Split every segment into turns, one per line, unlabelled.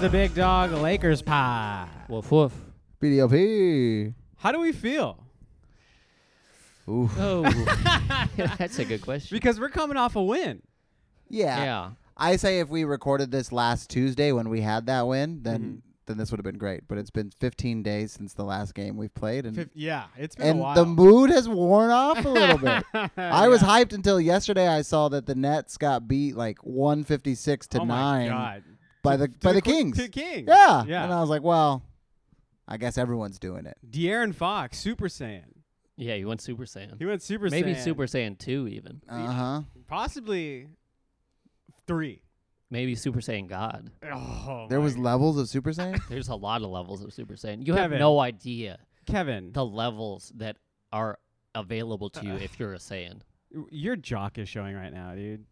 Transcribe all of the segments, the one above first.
the big dog Lakers pie.
Woof woof.
BDLP.
How do we feel?
Oof.
Oh, that's a good question.
Because we're coming off a win.
Yeah.
yeah.
I say if we recorded this last Tuesday when we had that win, then
Mm-hmm.
then this would have been great. But it's been 15 days since the last game we've played, and
yeah, it's been
and the mood has worn off a little bit. I was hyped until yesterday. I saw that the Nets got beat like 156 to
oh My
nine
God.
by
To-
the
to
by the
Qu-
Kings.
To Kings.
Yeah.
Yeah.
And uh, I was like, well, I guess everyone's doing it.
De'Aaron Fox, Super Saiyan.
Yeah, you went Super Saiyan.
He went Super Saiyan.
Maybe Super Saiyan 2 even.
Uh huh.
Possibly three.
Maybe Super Saiyan God.
Oh,
There
my
was levels of Super Saiyan.
There's a lot of levels of Super Saiyan. You
Kevin.
have no idea
Kevin.
the levels that are available to you if you're a Saiyan.
Your jock is showing right now, dude.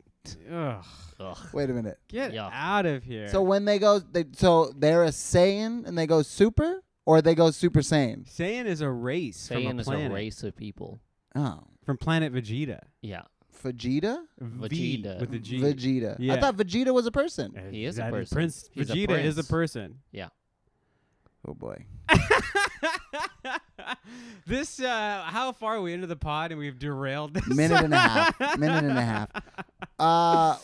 Ugh.
Ugh.
Wait a minute.
Get
Yeah.
out of here.
So when they go, they, so they're a Saiyan and they go Super, or they go Super Saiyan.
Saiyan is a race from
Saiyan
a
is
planet.
a race of people.
Oh,
From planet Vegeta.
Yeah.
Vegeta.
V
Vegeta.
With the G.
Vegeta.
Yeah.
I thought Vegeta was a person.
Uh,
He is a
that
person.
Prince
He's a
Vegeta is a
prince.
person.
Oh boy.
this uh how far are we into the pod and we've derailed this
Minute and a half. Minute and a half. Uh,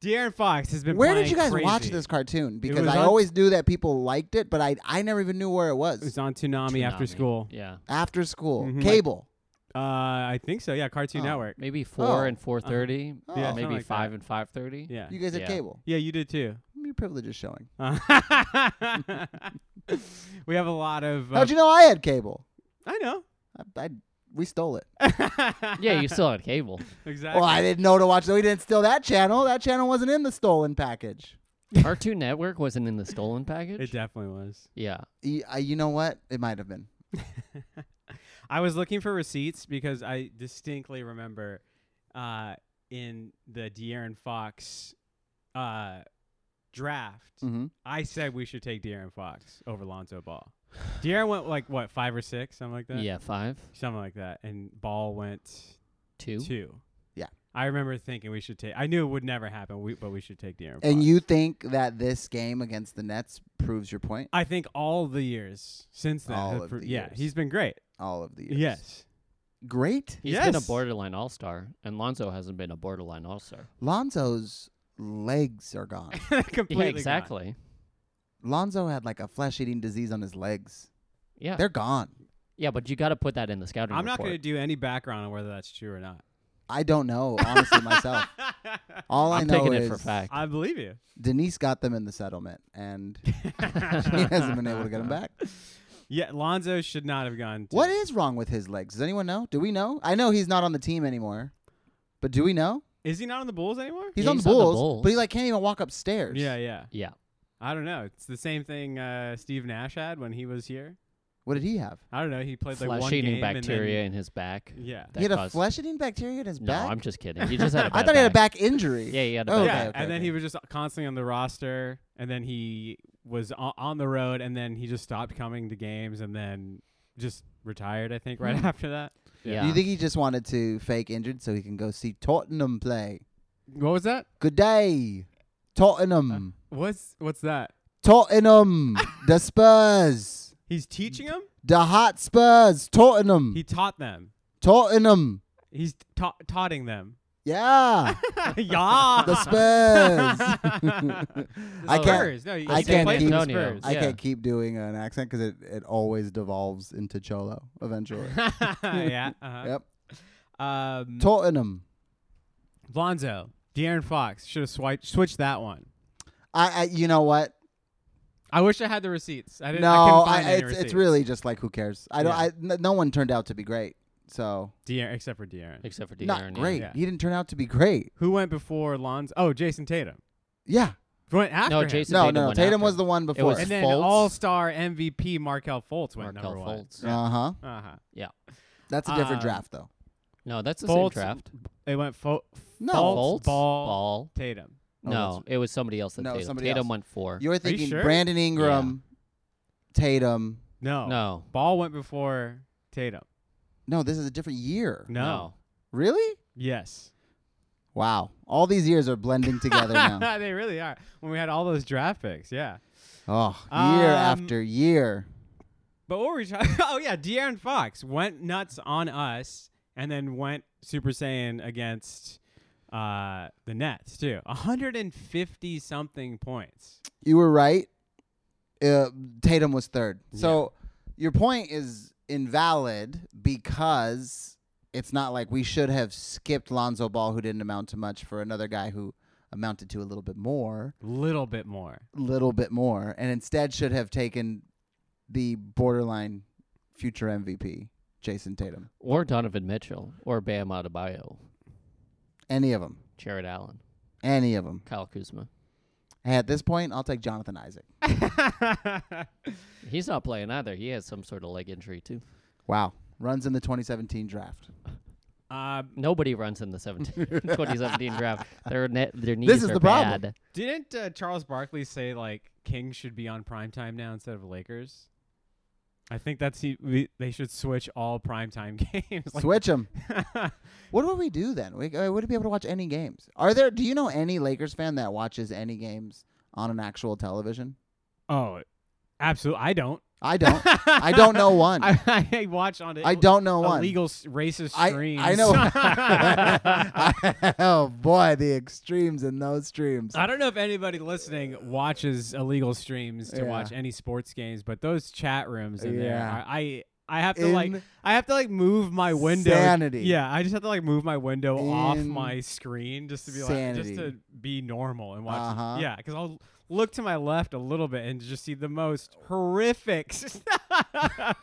De'Aaron Fox has been
where did
playing
you guys watch
crazy.
this cartoon? Because
was
I
on-
always knew that people liked it, but I I never even knew where it was.
It was on Toonami, after
Toonami.
school.
Yeah.
After school,
Mhm.
cable.
Uh I think so. Yeah, Cartoon
Oh.
Network.
Maybe 4
Oh.
and 4.30.
Oh.
Maybe
Yeah,
something uh-huh. like
5
that.
and 5.30.
Yeah.
You guys had
Yeah.
cable.
yeah, you did too.
Your privilege is showing.
Uh, we have a lot of uh,
How'd you know I had cable?
I know.
I, I we stole it.
Yeah, you still had cable.
exactly.
Well, I didn't know to watch. We didn't steal that channel. That channel wasn't in the stolen package.
Cartoon Network wasn't in the stolen package?
it definitely was.
yeah.
Y- I- you know what? It might have been.
I was looking for receipts because I distinctly remember uh, in the De'Aaron Fox uh, draft,
Mm-hmm.
I said we should take De'Aaron Fox over Lonzo Ball. De'Aaron went like what five or six, something like that.
Yeah, 5,
something like that, and Ball went
2.
two.
Yeah.
I remember thinking we should take. I knew it would never happen, we, but we should take De'Aaron.
And
Fox.
you think that this game against the Nets proves your point?
I think all the years since then,
All
have
of
pro-
the
yeah,
years.
he's been great.
All of the years.
Yes,
Great.
He's been a
Yes.
borderline all star, and Lonzo hasn't been a borderline all star.
Lonzo's legs are gone.
completely.
Yeah,
gone.
exactly.
Lonzo had like a flesh eating disease on his legs.
Yeah,
They're gone.
yeah, but you got to put that in the scouting
I'm not
report.
going to do any background on whether that's true or not.
I don't know, honestly, myself. All I
I'm
know
taking
is
it for fact.
I believe you.
Denise got them in the settlement, and she hasn't been able to get them back.
Yeah, Lonzo should not have gone. To
What is wrong with his legs? Does anyone know? Do we know? I know he's not on the team anymore, but do we know?
Is he not on the Bulls anymore?
He's,
Yeah,
on, the
he's on the
Bulls,
Bulls.
but he like can't even walk upstairs.
Yeah, yeah.
yeah,
I don't know. It's the same thing uh, Steve Nash had when he was here.
What did he have?
I don't know. He played like one game
flesh-eating bacteria in his back.
And then, yeah.
he had a
caused-
flesh-eating bacteria in his
No,
back.
I'm just kidding. He just had. A
I
bad
thought he had a back injury.
Yeah, he had a
Oh,
yeah,
bad
okay,
back.
okay,
and then
okay.
he was just constantly on the roster, and then he was o- on the road, and then he just stopped coming to games, and then just retired. I think right
Hmm.
after that.
Yeah,
Do you think he just wanted to fake injured so he can go see Tottenham play?
What was that?
Good day, Tottenham.
What's what's that?
Tottenham, the Spurs,
He's teaching them.
the hot Spurs. Tottenham,
He taught them.
Tottenham.
He's ta- taughting them.
Yeah,
yeah.
the Spurs. I can't.
Spurs. No, he,
I
he
can't
played
keep-
for the Spurs.
I
Yeah.
can't keep doing an accent because it, it always devolves into cholo eventually.
yeah. Uh-huh.
yep.
Um,
Tottenham.
Lonzo, De'Aaron Fox should have swiped, switched that one.
I, I. You know what?
I wish I had the receipts. I didn't. I
no,
couldn't
I,
find any
it's, it's
receipts.
really just like who cares. I don't.
Yeah.
I n no one turned out to be great, so
De'Aaron, except for De'Aaron.
except for De'Aaron.
not
yeah.
great.
Yeah.
He didn't turn out to be great.
Who went before Lonzo? Oh, Jason Tatum.
Yeah.
Who went after him?
Jason-
No,
Tatum
no.
went
Tatum
after.
was the one before.
was
And then
Fultz.
All-Star MVP Markel Fultz went
Markel
number one.
Fultz.
Yeah.
uh huh.
Uh huh.
That's a different
Um,
draft though.
No, that's the
Fultz-
same draft.
It went Fo-
No.
Fultz,
Fultz,
Ball,
Ball.
Tatum.
Oh,
No, it was somebody else. That
No,
Tatum.
somebody
Tatum
else.
went four.
You're thinking
sure?
Brandon Ingram, Tatum.
No.
no,
Ball went before Tatum.
No, this is a different year.
No.
Really?
Yes.
Wow. All these years are blending together now.
they really are. When we had all those draft picks, yeah.
Oh, year
Um,
after year.
But what were we talking? Oh yeah, De'Aaron Fox went nuts on us, and then went Super Saiyan against uh, the Nets too. 150 something points.
You were right. Uh, Tatum was third. So your point is invalid because it's not like we should have skipped Lonzo Ball, who didn't amount to much, for another guy who amounted to a little bit more,
Little bit more.
little bit more, and instead should have taken the borderline future MVP, Jason Tatum.
Or Donovan Mitchell, or Bam Adebayo,
Any of them.
Jared Allen,
Any of them.
Kyle Kuzma.
Hey, at this point, I'll take Jonathan Isaac.
He's not playing either. He has some sort of leg injury too.
Wow. Runs in the 2017 draft.
uh,
Nobody runs in the 17, 2017 draft. Their ne- their knees
This is
are
the problem.
bad.
didn't uh, Charles Barkley say like Kings should be on primetime now instead of Lakers? I think that's he, we, they should switch all primetime games. like-
Switch him. What would we do then? We uh, would be able to watch any games. Are there? Do you know any Lakers fan that watches any games on an actual television?
oh, absolutely. I don't.
I don't. I don't know one. I,
I, I watch on it.
don't know one.
illegal s- racist
I,
streams.
I know. oh boy, the extremes in those streams.
I don't know if anybody listening watches illegal streams to
Yeah.
watch any sports games, but those chat rooms in there,
Yeah.
are, I I have to like
In-
I have to like move my window.
Sanity.
Yeah, I just have to like move my window off
In-
my screen just to be like just to
Sanity.
be normal and watch.
Uh-huh.
Yeah, because I'll look to my left a little bit and just see the most horrific stuff.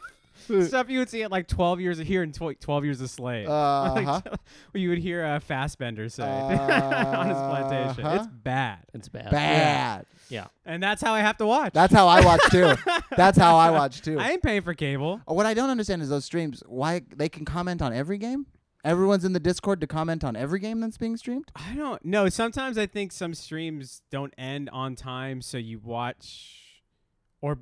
Stuff you would see at like 12 years of here and tw- 12 years of slave. Like,
Uh-huh.
what you would hear uh, Fassbender say on his plantation. It's
Uh-huh.
bad.
It's bad.
Bad.
Yeah.
And that's how I have to watch.
That's how I watch too. That's how I watch too. Uh,
I ain't paying for cable.
what I don't understand is those streams. Why they can comment on every game? Everyone's in the Discord to comment on every game that's being streamed.
I don't know. Sometimes I think some streams don't end on time, so you watch, or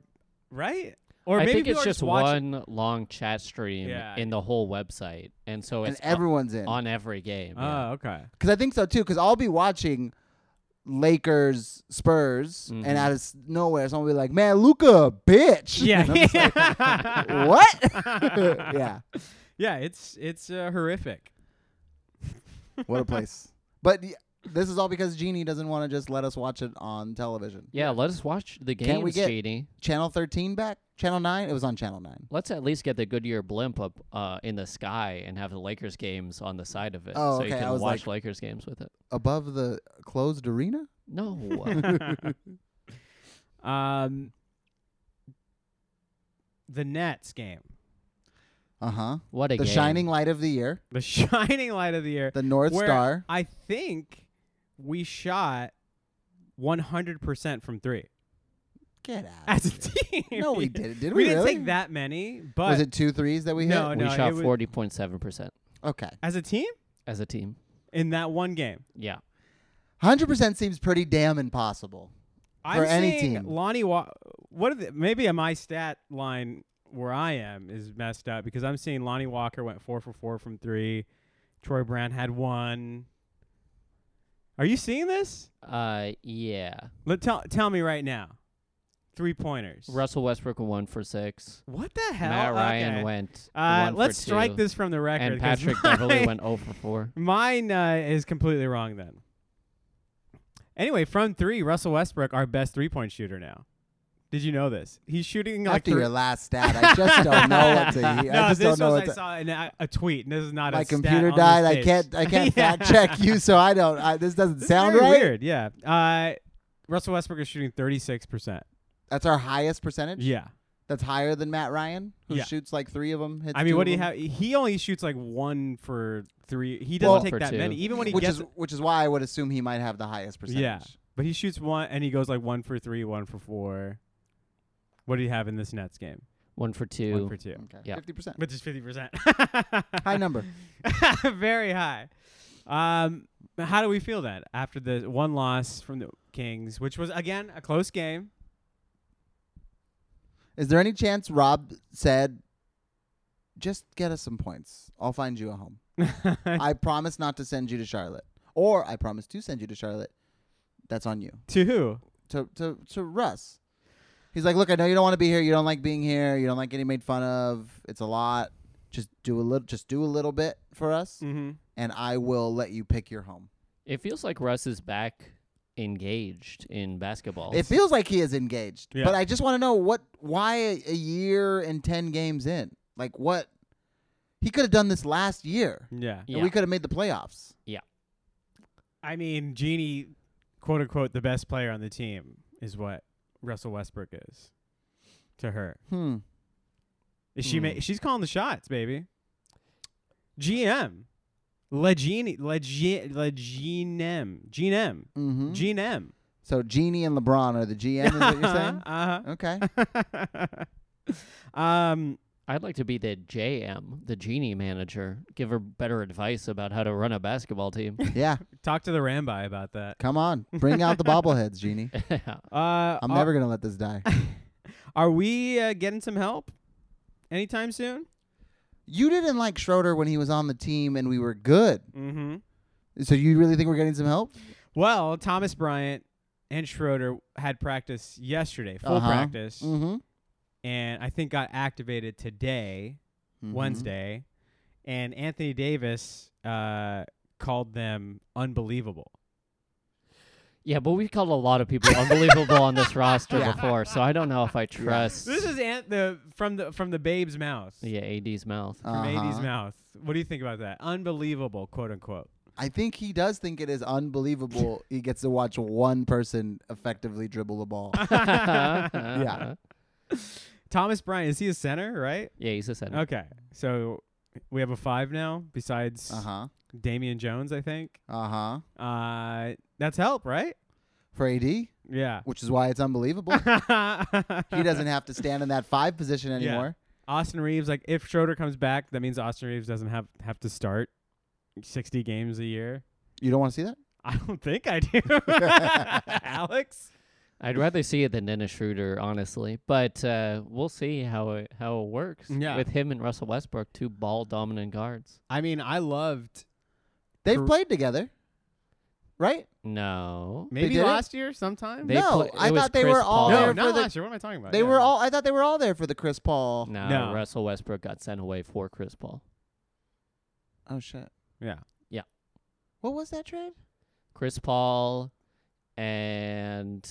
right, or
I
maybe
think
people
it's
are
just
watching.
one long chat stream
Yeah,
in the whole website, and so
And
it's o-
everyone's in.
on every game. yeah.
Oh, okay.
Because I think so too. Because I'll be watching Lakers Spurs,
Mhm.
and out of s- nowhere, someone will be like, "Man, Luca, bitch."
Yeah.
And I'm just like, what? yeah.
Yeah. It's it's uh, horrific.
What a place. But y- this is all because Genie doesn't want to just let us watch it on television.
yeah, let us watch the games,
Can't we get-
Genie.
Channel 13 back. Channel 9. It was on Channel 9.
Let's at least get the Goodyear blimp up uh, in the sky and have the Lakers games on the side of it,
Oh,
so you
okay, I
can
was
watch
like-
Lakers games with it.
Above the closed arena.
No,
um, the Nets game,
Uh huh.
what a
The
game.
shining light of the year.
the shining light of the year.
The North
where
Star.
I think we shot 100% from three
Get out.
as a team.
No, we didn't. Did
We,
we,
didn't
really?
take that many, but
Was it two threes that we
No,
hit?
We
Oh, no. it
shot
was-
forty point seven percent
Okay.
as a team
as a team.
in that one game.
Yeah,
Hundred percent seems pretty damn impossible.
I'm
For any
seeing
team.
Lonnie. Wa- what are the, maybe my stat line where I am is messed up because I'm seeing Lonnie Walker went four for four from three. Troy Brown had one. Are you seeing this?
uh, yeah.
Let tell tell me right now. Three pointers.
Russell Westbrook went one for six.
what the hell?
Matt Ryan
Okay.
went.
Uh,
one for
let's
two,
strike this from the record.
And
'cause
Patrick Beverly
mine-
went zero for four.
Mine uh, is completely wrong then. Anyway, from three, Russell Westbrook, our best three-point shooter now. Did you know this? He's shooting like
After
three-
your last stat, I just don't know what to. hear.
no,
I just
this
don't know
was
what
I
to.
saw in a, a tweet, and this is not a
My
stat
computer
on the
died. I
stage.
can't. I can't
Yeah.
fact check you, so I don't. I, this doesn't
This is
sound
very
right.
Weird, yeah. Uh, Russell Westbrook is shooting thirty-six percent.
That's our highest percentage.
Yeah,
That's higher than Matt Ryan, who
Yeah.
shoots like three of them. Hits
I mean,
two
what
of
do you
them,
have? He only shoots like one for three. He doesn't
Well-
take
for
that
two.
many, even when he
which
gets.
is which is why I would assume he might have the highest percentage.
Yeah. but he shoots one, and he goes like one for three, one for four. What do you have in this Nets game?
One for two.
One for two.
Okay.
Yeah.
Fifty percent.
which is fifty percent.
High number.
very high. Um, how do we feel that after the one loss from the Kings, which was again a close game?
Is there any chance Rob said, "Just get us some points. I'll find you a home. I promise not to send you to Charlotte, or I promise to send you to Charlotte. That's on you."
to who?
to to to Russ. He's like, look, I know you don't want to be here. You don't like being here. You don't like getting made fun of. It's a lot. Just do a little. Just do a little bit for us,
Mm-hmm.
and I will let you pick your home.
It feels like Russ is back engaged in basketball.
It feels like he is engaged,
Yeah.
but I just want to know what, why a, a year and ten games in, like what he could have done this last year,
Yeah.
yeah.
and we could have made the playoffs.
I mean, Genie, quote unquote, the best player on the team is what Russell Westbrook is to her.
Hmm.
Is she ma-
Hmm.
she's calling the shots, baby. GM. Legini Legi Leginem. Gene E M.
Mm-hmm.
Gene M.
so Genie and LeBron are the GM. Is what you're saying?
Uh-huh.
Okay.
uh-huh. um
I'd like to be the JM, the genie manager. Give her better advice about how to run a basketball team.
Yeah.
talk to the Rambi about that.
Come on, bring out the bobbleheads, Genie.
Uh
I'm
are,
never gonna let this die.
are we uh, getting some help anytime soon?
You didn't like Schroeder when he was on the team and we were good. Mm-hmm.
Mhm.
So you really think we're getting some help?
Well, Thomas Bryant and Schroeder had practice yesterday, full
Uh-huh.
practice,
Mm-hmm.
and I think got activated today.
Mm-hmm.
Wednesday, and Anthony Davis uh, called them unbelievable.
yeah, but we've called a lot of people unbelievable on this roster before, so I don't know if I trust
This is Ant- the from the from the babe's mouth,
yeah, AD's mouth.
from AD's
Uh-huh.
mouth. What do you think about that? Unbelievable, quote unquote.
I think he does think it is unbelievable he gets to watch one person effectively dribble a ball.
yeah.
Thomas Bryant is he a center? Right.
Yeah, he's a center.
Okay, so we have a five now besides
Uh huh.
Damian Jones. I think
Uh huh.
uh, that's help, right?
For AD,
Yeah.
which is why it's unbelievable. he doesn't have to stand in that five position anymore.
Austin Reeves, like if Schroeder comes back, that means Austin Reeves doesn't have have to start sixty games a year.
You don't want to see that?
I don't think I do, Alex.
I'd rather see it than Dennis Schroeder, honestly. But uh, we'll see how it how it works
Yeah.
with him and Russell Westbrook, two ball dominant guards.
I mean, I loved
They've
Cor-
played together, right?
No,
maybe
did it?
last year sometime.
They
no,
play-
I
it was
thought they
Chris
were
Paul.
all
no,
there for
not
the.
last year. What am I talking about?
They
Yeah.
were all. I thought they were all there for the Chris Paul.
no,
No.
Russell Westbrook got sent away for Chris Paul.
Oh shit!
Yeah.
What was that trade?
Chris Paul and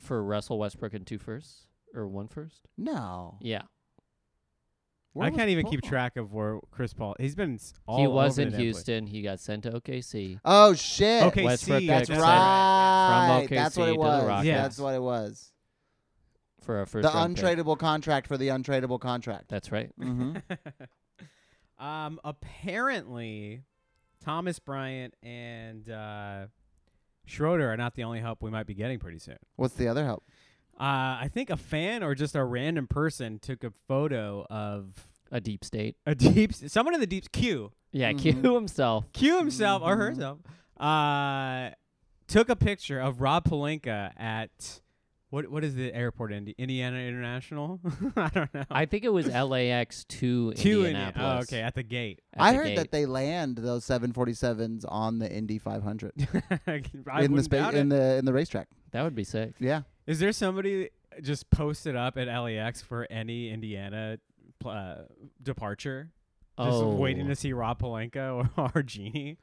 for Russell Westbrook and two firsts or one first.
No.
Yeah,
Where
I
was
can't even keep
Paul?
track of where Chris Paul. He's been s- all
he
over
was
the
in
damn place.
Houston. He got sent to OKC.
Oh shit!
Okay,
Westbrook
see,
got
That's
sent
that's
right.
From
That's what
OKC
it
to the
was.
Rockets.
Yeah.
That's what it was.
for a first.
The
round pick.
untradeable contract for the untradeable contract.
That's right.
Mm-hmm.
um, apparently, Thomas Bryant and uh, Schroeder are not the only help we might be getting pretty soon.
What's the other help?
Uh, I think a fan or just a random person took a photo of
A deep state.
a deep someone in the deep Q
Yeah,
Mhm.
Q himself.
Q himself or
Mm-hmm.
Mhm.
herself uh, took a picture of Rob Palenka at what what is the airport Indi- Indiana International? I don't know.
I think it was LAX to
Q Indi-
Indianapolis.
oh, okay, at the gate.
at
I
the
heard
gate.
that they land those 747s on the Indy 500
I
in the
wouldn't
spa-
doubt
in
it.
the in the racetrack.
that would be sick.
Yeah.
Is there somebody just posted up at LAX for any Indiana pl- uh, departure? Just
oh,
waiting to see Rob Palenka or, or Genie.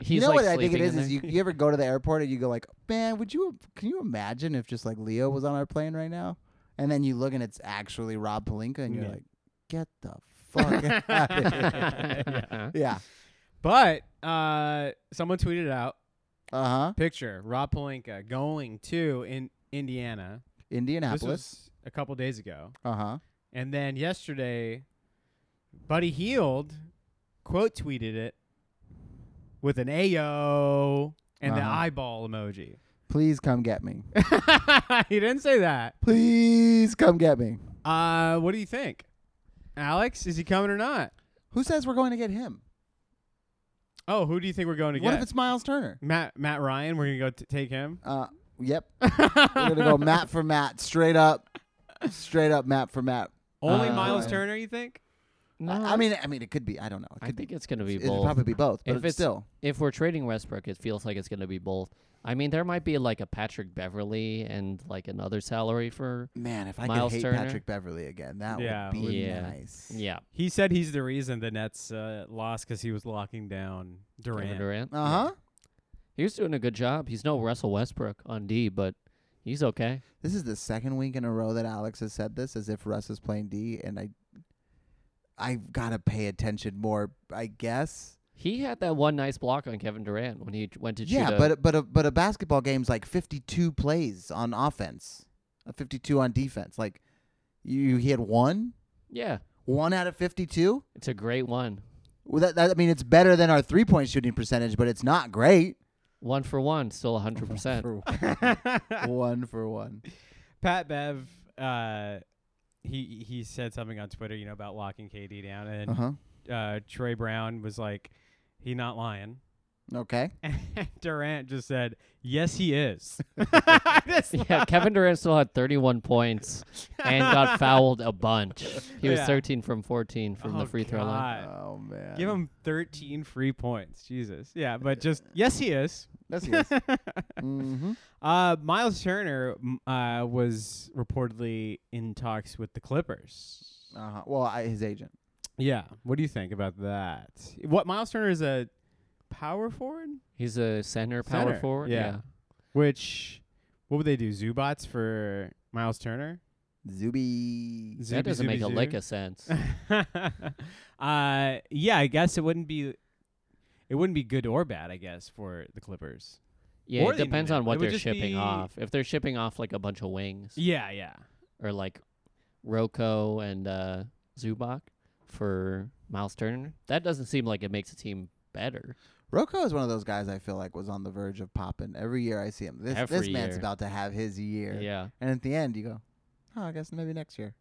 He's
you know
like
what I think it
sleeping
is
in
is you,
there.
you ever go to the airport and you go like, man, would you can you imagine if just like Leo was on our plane right now, and then you look and it's actually Rob Palinka and you're
Yeah.
like, get the fuck out of here. Yeah.
But uh, someone tweeted out
Uh huh.
picture Rob Palenka going to in Indiana. This
Indianapolis.
was a couple days ago,
Uh huh.
and then yesterday, Buddy Healed quote tweeted it with an "ayo" and the
Uh-huh.
eyeball emoji.
Please come get me.
he didn't say that.
Please come get me.
Uh, what do you think, Alex? Is he coming or not?
Who says we're going to get him?
Oh, who do you think we're going to
What
get?
if it's Miles Turner?
Matt Matt Ryan? We're gonna go t- take him.
Uh, yep. we're gonna go Matt for Matt, straight up, straight up Matt for Matt.
Only
Uh,
Miles
Ryan.
Turner, you think?
No,
I, I mean, I mean, it could be. I don't know. It
I
could
think it's going to
be.
be
It'd
both.
probably be both. But
If
it's
it's-
still,
if we're trading Westbrook, it feels like it's going to be both. I mean, there might be like a Patrick Beverly and like another salary for
man, if I could
Miles
hate
Turner?
Patrick Beverly again, that
Yeah,
would be
Yeah.
nice.
yeah,
He said he's the reason the Nets uh, lost because he was locking down
Kevin
Durant.
Durant.
Uh huh.
He was doing a good job. He's no Russell Westbrook on D, but he's okay.
This is the second week in a row that Alex has said this, as if Russ is playing D, and I, I've got to pay attention more, I guess.
He had that one nice block on Kevin Durant when he went to
yeah,
shoot. a-
but but a, but a basketball game's like 52 plays on offense, uh, 52 on defense. Like, you he had one,
yeah,
one out of 52.
it's a great one.
Well, that, that I mean, it's better than our three point shooting percentage, but it's not great.
One for one, still a hundred percent.
For one for one.
Pat Bev, uh, he he said something on Twitter, you know, about locking KD down, and
Uh huh.
Uh-huh.
uh, Trey Brown was like, "He not lying."
Okay.
And Durant just said, "Yes, he is."
Yeah, Kevin Durant still had 31 points and got fouled a bunch. He was
Yeah.
13 from 14 from
Oh,
the free throw line.
God.
oh man.
Give him 13 free points, Jesus. Yeah, but just yes, he is.
mm-hmm.
Uh, Miles Turner m- uh, was reportedly in talks with the Clippers.
Uh huh. Well, I, his agent.
Yeah. What do you think about that? What Miles Turner is a power forward,
He's a center power
Center,
forward.
yeah. which what would they do? Zubats for Miles Turner?
Zuby.
Zuby,
That doesn't
Zuby,
make a
Zuby?
lick of sense.
uh, yeah, I guess it wouldn't be. It wouldn't be good or bad, I guess, for the Clippers.
Yeah,
Or
it
the
depends
internet.
on
It
what
would
they're
just
shipping
be-
off. If they're shipping off like a bunch of wings
Yeah, yeah.
or like Rocco and uh, Zubac for Miles Turner, that doesn't seem like it makes a team better.
Rocco is one of those guys I feel like was on the verge of popping. Every year I see him. This this
Every
man's
year.
about to have his year.
Yeah.
And at the end, you go, oh, I guess maybe next year.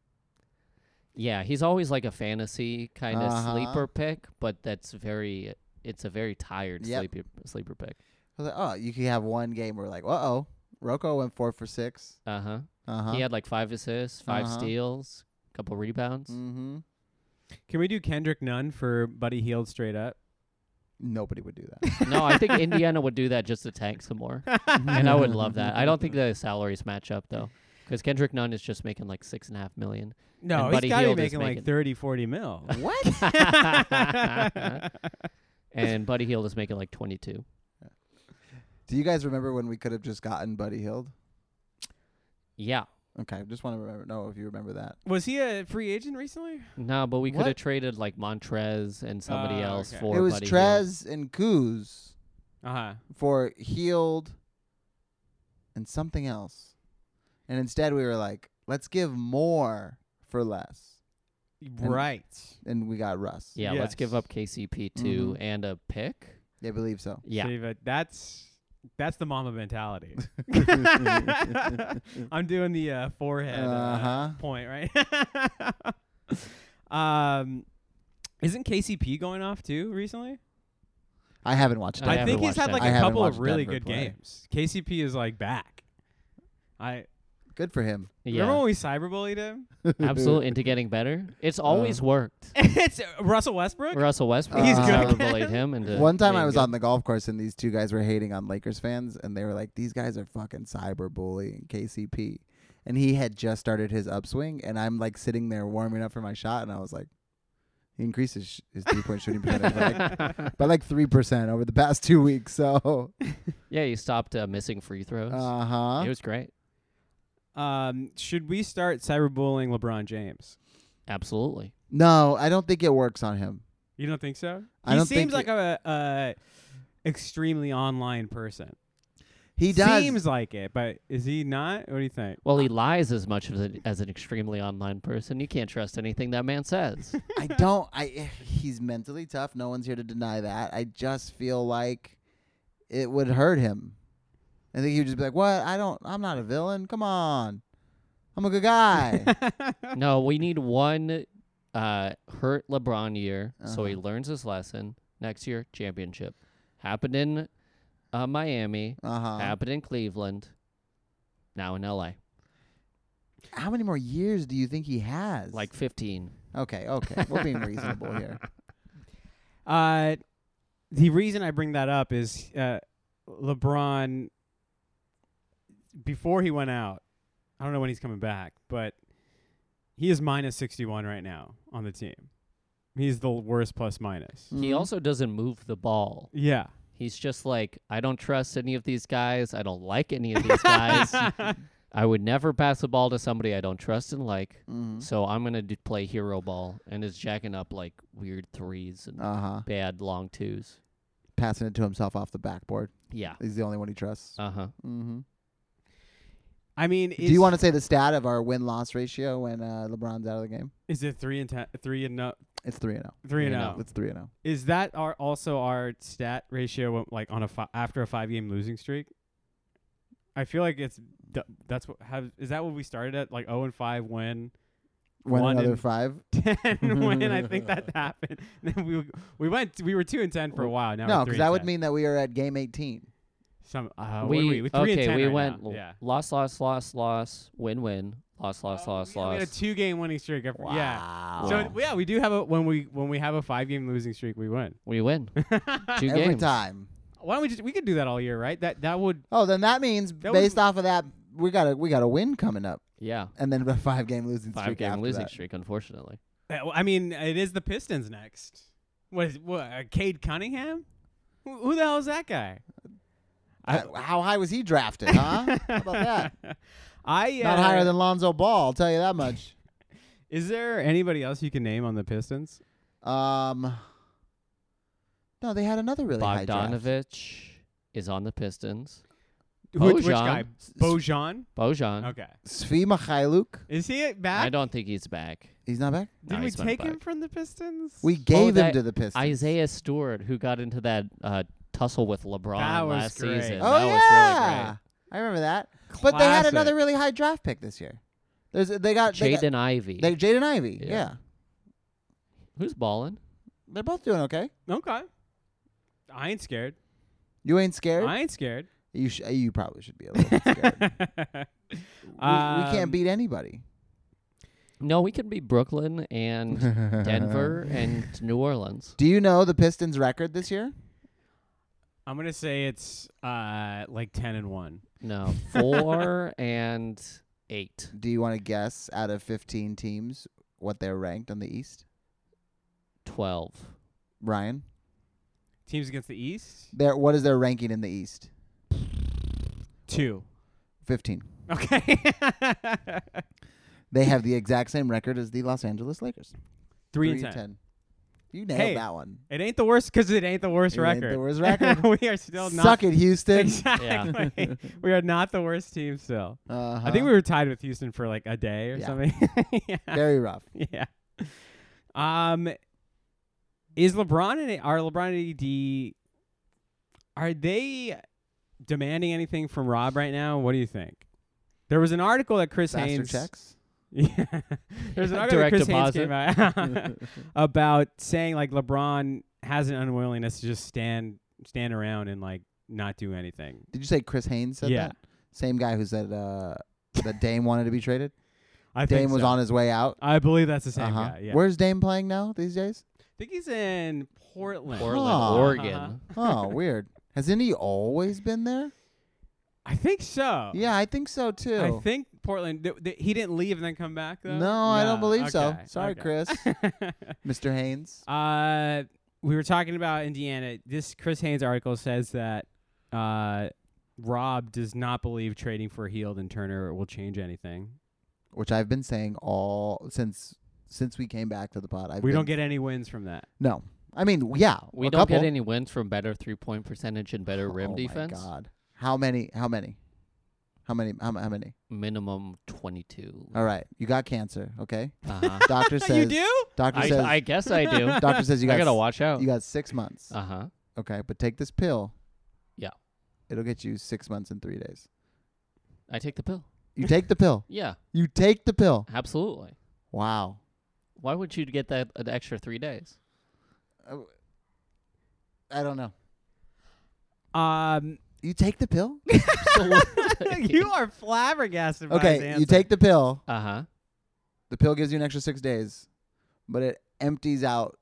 Yeah, he's always like a fantasy kind of
Uh-huh.
sleeper pick, but that's very it's a very tired
Yep.
sleeper sleeper pick.
I was like, oh, you could have one game where like, uh oh, Rocco went four for six.
Uh-huh.
Uh huh.
He had like 5 assists, 5
Uh-huh.
steals, couple rebounds.
Mm-hmm.
Can we do Kendrick Nunn for Buddy Heald straight up?
Nobody would do that.
No, I think Indiana would do that just to tank some more. and I would love that. I don't think the salaries match up though, because Kendrick Nunn is just making like six and a half million.
No,
And
he's
Buddy
got to be
Hield is
making like
making-
thirty, forty mil.
and Buddy Hield is making like twenty-two.
do you guys remember when we could have just gotten Buddy Hield?
Yeah,
Okay, just want to remember. No, if you remember that.
Was he a free agent recently?
no, but we could
What? Oh,
have traded like Montrez and somebody
Ah,
else
okay.
for
it was
Buddy Hield.
Trez and Kuz
Uh
Uh-huh.
huh.
for healed and something else. And instead we were like, let's give more for less.
Right.
And we got Russ.
Yeah, let's give
Yes.
up KCP 2
Mhm.
and a pick.
I believe so.
Yeah,
See, but that's that's the mama mentality. I'm doing the uh, forehead uh,
Uh-huh.
point, right? um, isn't KCP going off too recently?
I haven't watched
I
I,
it.
haven't
think he's
watched
had like
Denver. I
a
haven't
couple of
watched
really
Denver
good
play.
games. KCP is like back. I
Good for him.
remember
yeah,
when we cyberbullied him.
absolutely into getting better. It's
Uh-huh.
always worked.
it's uh, Russell Westbrook.
Russell Westbrook,
He's
uh,
good.
bullied him into
One time
being
I was
good.
on the golf course and these two guys were hating on Lakers fans and they were like, These guys are fucking cyberbullying KCP. And he had just started his upswing and I'm like sitting there warming up for my shot and I was like, He increased his, sh- his three point shooting percentage by like, by like 3% over the past two weeks. So,
Yeah, he stopped uh, missing free throws.
uh
It
huh.
was great.
Um, should we start cyberbullying LeBron James?
Absolutely.
No, I don't think it works on him.
You don't think so?
I
he
don't
seems like
think
a, a extremely online person.
He does.
seems like it, but is he not? What do you think?
Well, he lies as much as an, as an extremely online person. You can't trust anything that man says.
I don't. I eh, he's mentally tough. No one's here to deny that. I just feel like it would hurt him. I think he would just be like, "What? I don't. I'm not a villain. Come on, I'm a good guy."
no, we need one uh, hurt LeBron year so he
Uh-huh.
learns his lesson. Next year, championship. Happened in uh, Miami,
uh huh.
happened in Cleveland, now in LA.
How many more years do you think he has?
Like 15.
Okay, okay. We're being reasonable here.
Uh, the reason I bring that up is uh, LeBron, before he went out, I don't know when he's coming back, but he is minus 61 right now on the team. He's the worst plus minus.
He
Mhm.
also doesn't move the ball.
Yeah.
He's just like, I don't trust any of these guys. I don't like any of these guys. I would never pass the ball to somebody I don't trust and like.
Mm-hmm.
So I'm gonna do play hero ball and is jacking up like weird threes and
Uh huh.
bad long twos.
Passing it to himself off the backboard.
Yeah.
He's the only one he trusts.
Uh huh.
Mm-hmm.
I mean,
Do you want to say the stat of our win loss ratio when uh, LeBron's out of the game?
Is it three and ten, three and no,
It's three and zero.
three and
Yeah,
oh?
no.
It's three and zero.
Is that our also our stat ratio when- like on a fi- after a five game losing streak? I feel like it's d- that's what have is that what we started at like zero and five win
Win
One
another
and-
five.
ten win I think that happened. Then we we went we were two and ten for a while now.
No,
because
because that would mean that we are at game eighteen.
some uh,
we,
we, we, we three
okay.
and 10
we
right
went
now.
l-
yeah. Oh,
loss, loss, loss, loss, win, win, loss, loss, loss,
we, we had a
loss.
two game winning streak. after- Yeah.
Wow.
So yeah, we do have a when we when we have a five game losing streak, we win.
we win two
every
games.
time.
Why don't we just we could do that all year, right? That that would
Oh, then that means
That was-
based off of that, we got a we got a win coming up,
Yeah.
and then a five game losing streak.
Five game
after
losing
that.
streak, unfortunately.
Uh, well, I mean, it is the Pistons next. What is what? Uh, Cade Cunningham? Who, who the hell is that guy? I-
Uh, how high was he drafted? Huh? how about that?
I uh,
Not higher than Lonzo Ball. I'll tell you that much.
Is there anybody else you can name on the Pistons?
Um. No, they had another really high draft.
Bogdanovich is on the Pistons.
Who- Which guy?
Bojan.
Bojan.
Bojan.
Okay.
Svi Mikhailuk.
Is he back?
I don't think he's back.
He's not back.
Did
No,
we
he's not
take him
back.
from the Pistons?
We gave him
Oh, that-
to the Pistons.
Isaiah Stewart, who got into that uh, tussle with LeBron
That was
last
great.
season.
Oh
that was really
yeah,
great.
I remember that. But they had
Classic.
another really high draft pick this year. There's they got they got-
Jaden Ivey.
They Jaden Ivy. Yeah.
Yeah. Who's balling?
They're both doing okay.
Okay. I ain't scared.
You ain't scared.
I ain't scared.
You sh- you probably should be a little bit scared. we, we
Um,
can't beat anybody.
No, we can be Brooklyn and Denver and New Orleans.
Do you know the Pistons' record this year?
I'm gonna say it's uh like ten and one.
No, four and eight.
Do you want to guess out of 15 teams what they're ranked on the East?
Twelve.
Ryan,
Teams against the East.
their what is their ranking in the East?
Two.
15.
Okay.
They have the exact same record as the Los Angeles Lakers.
Three, and ten.
You nailed
Hey,
that one.
It ain't the worst because it ain't the worst
It ain't
record.
the worst record.
we are still not.
Suck it, Houston.
Exactly. we are not the worst team still.
Uh-huh.
I think we were tied with Houston for like a day or
Yeah.
something. yeah.
very rough.
Yeah. Um, is LeBron and are LeBron and AD are they demanding anything from Rob right now? What do you think? There was an article that Chris
Faster
Haynes.
checks.
Yeah. There's an article that
Direct
Chris Haynes came out about saying like LeBron has an unwillingness to just stand stand around and like not do anything.
Did you say Chris Haynes said
Yeah.
that? Same guy who said uh, that Dame wanted to be traded.
I
Dame
think
was
so.
on his way out.
I believe that's the same
Uh-huh.
guy. Yeah.
Where's Dame playing now these days?
I think he's in Portland.
Portland,
Huh.
Oregon.
Oh, weird. Hasn't he always been there?
I think so.
Yeah, I think so too.
Uh, I think Portland. Th- th- he didn't leave and then come back though.
no, I don't
No,
believe so.
okay,
Sorry,
okay.
Chris. Mr. Haynes.
uh, we were talking about Indiana. This Chris Haynes article says that uh, Rob does not believe trading for Heald and Turner will change anything.
Which I've been saying all since since we came back to the pod. I've
we
been-
don't get any wins from that.
No. I mean, yeah.
We
a
don't
couple.
get any wins from better three point percentage and better rim
oh
defense.
My God. How many? How many? How many? How, how many?
Minimum twenty two.
All right. You got cancer, okay?
Uh-huh.
Doctor says
you do?
Doctor
I,
says
I guess I do.
Doctor says you
I
got
gotta
s-
watch out.
you got 6 months.
Oh. Uh huh.
Okay, but take this pill.
Yeah.
It'll get you 6 months and 3 days.
I take the pill.
You take the pill.
Yeah,
You take the pill.
absolutely.
Wow.
Why would you get that an extra three days?
Oh, I don't know.
Um,
You take the pill?
you are flabbergasted. by his
Okay, you
answer.
take the pill.
Uh huh.
The pill gives you an extra 6 days. but it empties out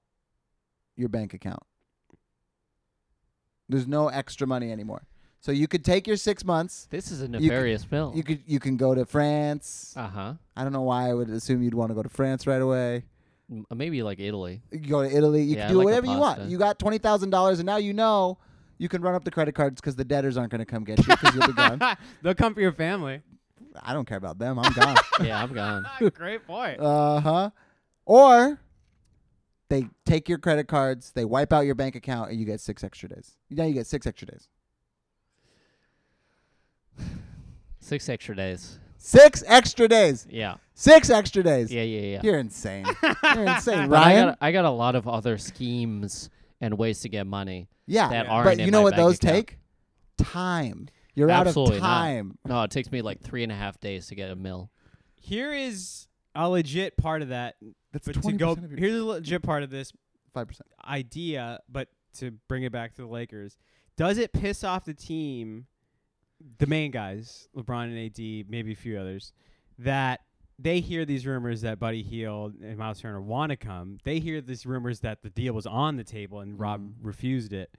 your bank account. There's no extra money anymore. So you could take your six months.
This is a
could-
nefarious bill.
You could you can go to France.
Uh huh.
I don't know why I would assume you'd want to go to France right away.
uh, Maybe like Italy.
You can go to Italy. You
Yeah, I
can do
like the
whatever you want.
pasta.
You got twenty thousand dollars, and now you know you can run up the credit cards because the debtors aren't going to come get you because you'll be gone.
They'll come for your family.
I don't care about them. I'm gone.
yeah, I'm gone.
Ah,
Great point.
Uh huh. Or they take your credit cards, they wipe out your bank account, and you get six extra days. Now you get six extra days.
Six extra days.
Six extra days.
Yeah.
Six extra days.
Yeah, yeah, yeah.
You're insane. You're insane,
But I
Ryan.
got, I got a lot of other schemes and ways to get money.
yeah.
that
Yeah.
aren't
but
in
you know
my
what
bank
those
account.
take? Time. You're
Absolutely
out of
not.
time.
No, it takes me like three and a half days to get a mill.
Here is a legit part of that.
That's
But to
twenty
go,
percent of your
here's a legit part of this
five percent.
idea, but to bring it back to the Lakers, does it piss off the team, the main guys, LeBron and AD, maybe a few others, that they hear these rumors that Buddy Heald and Miles Turner want to come? They hear these rumors that the deal was on the table and Rob
Mhm.
refused it.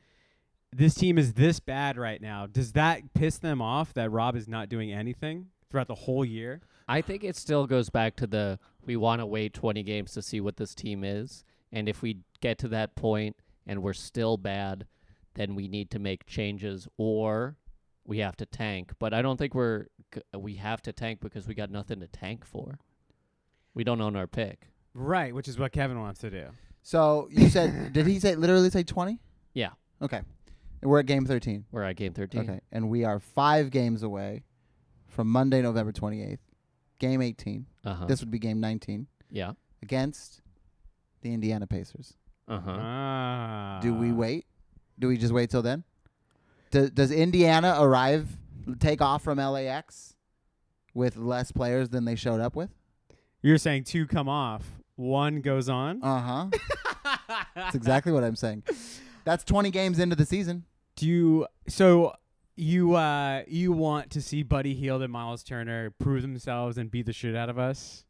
This team is this bad right now. Does that piss them off that Rob is not doing anything throughout the whole year?
I think it still goes back to the we want to wait 20 games to see what this team is. And if we get to that point and we're still bad, then we need to make changes or we have to tank. But I don't think we're g- we have to tank because we got nothing to tank for. We don't own our pick.
Right, which is what Kevin wants to do.
So you said did he say literally say twenty?
Yeah,
Okay. And we're at game thirteen.
we're at game 13.
Okay. And we are five games away from Monday, November twenty eighth. Game eighteen.
Uh-huh.
This would be game nineteen.
yeah.
against the Indiana Pacers.
Uh-huh.
Ah.
Do we wait? Do we just wait till then? Do, does Indiana arrive, take off from LAX with less players than they showed up with?
You're saying two come off, one goes on.
Uh huh. That's exactly what I'm saying. That's 20 games into the season.
Do you so you uh you want to see Buddy Heald and Miles Turner prove themselves and beat the shit out of us?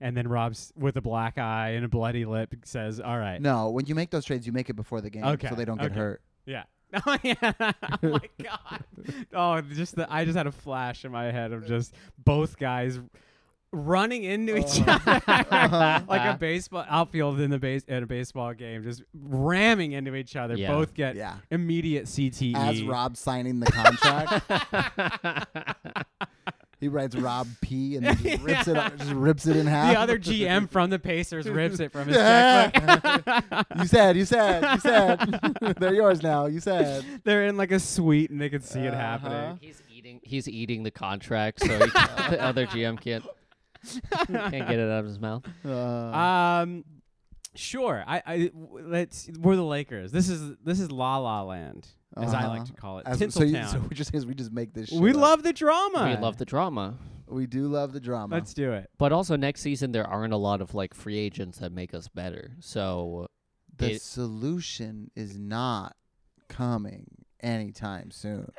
And then Rob's with a black eye and a bloody lip says, "All right,
No, when you make those trades, you make it before the game
Okay,
so they don't get
okay.
hurt.
yeah." Oh yeah! Oh my god! Oh, just the I just had a flash in my head of just both guys running into each other like a baseball outfield in the base at a baseball game, just ramming into each other.
Yeah.
Both get
Yeah.
immediate E. CTE.
As Rob signing the contract, he writes Rob P and then just rips it up, just rips it in half.
the other GM from the Pacers rips it from his
Yeah.
checkbook.
You said, you said, you said. They're yours now. You said.
They're in like a suite and they can see it
Uh-huh.
happening.
He's eating he's eating the contract so he can't- the other GM can't can't get it out of his mouth.
Uh,
Um, sure. I, I w- let's. We're the Lakers. This is this is La La Land, as I like
Uh-huh.
to call it.
As- so, you,
Tinseltown.
so we just we just make this. Shit
we
up.
love the drama.
We love the drama.
we do love the drama.
Let's do it.
But also next season there aren't a lot of like free agents that make us better. So
the
it-
solution is not coming anytime soon.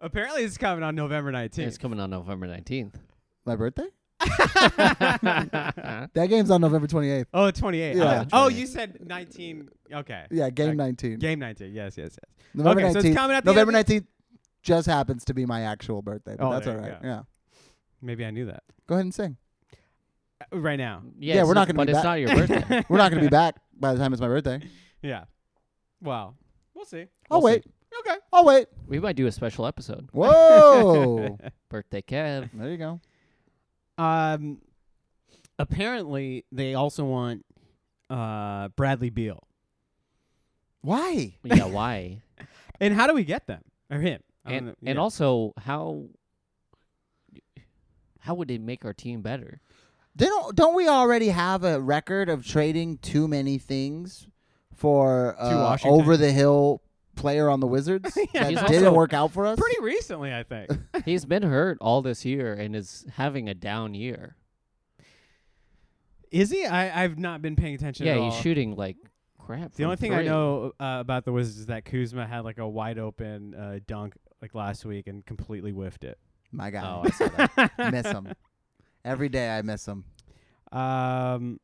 Apparently, it's coming on November
it's
nineteenth.
coming on November nineteenth.
My birthday? That game's on November twenty eighth.
oh, 28.
Yeah.
Okay. Oh, you said 19. Okay.
Yeah, game
Okay.
nineteen.
Game 19. Yes, yes, yes.
November
okay, so it's
nineteenth.
coming at the end
November
of the-
nineteenth just happens to be my actual birthday, but
Oh,
that's all
there you
right.
go.
Yeah,
Maybe I knew that.
go ahead and sing.
Uh, Right now.
Yeah,
Yeah,
it's
we're not gonna
But
be
it's
back.
not your birthday.
We're not gonna be back by the time it's my birthday.
Yeah. Wow. We'll see.
I'll
We'll see.
wait.
Okay.
I'll wait.
we might do a special episode.
Whoa!
Birthday Kev.
there you go.
Um, apparently they also want uh Bradley Beal.
Why?
Yeah, why?
And how do we get them or him? I don't
and
know.
and
Yeah.
also how how would it make our team better?
They don't don't we already have a record of trading too many things for uh,
Washington.
over the hill player on the Wizards that
He's
didn't
also
work out for us?
pretty recently, I think.
He's been hurt all this year and is having a down year.
Is he? I I've not been paying attention.
yeah,
at
he's
all.
shooting like crap.
The
from
only thing I
three.
know uh, about the Wizards is that Kuzma had like a wide open uh, dunk like last week and completely whiffed it.
My
Oh,
God,
I saw that.
miss him every day. I miss him.
Um,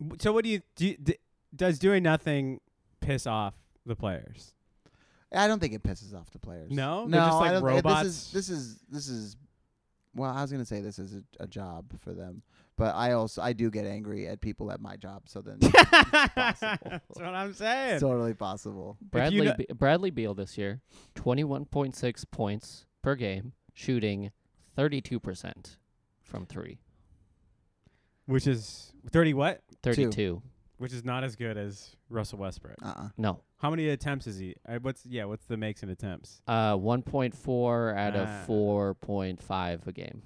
W- So what do you do? You, d- does doing nothing piss off the players?
I don't think it pisses off the players.
No?
no,
They're just like
I don't think-
robots?
This is this is this is. Well, I was gonna say this is a, a job for them, but I also I do get angry at people at my job. So then,
That's what I'm saying.
it's totally possible.
If you
Bradley
kno-
Be- Bradley Beal this year, twenty one point six points per game, shooting thirty two percent from three.
Which is 30 what?
Thirty two.
Which is not as good as Russell Westbrook.
Uh uh
No.
How many attempts is he? Uh, what's yeah? What's the makes and attempts?
Uh one point four out
Ah.
of four point five a game.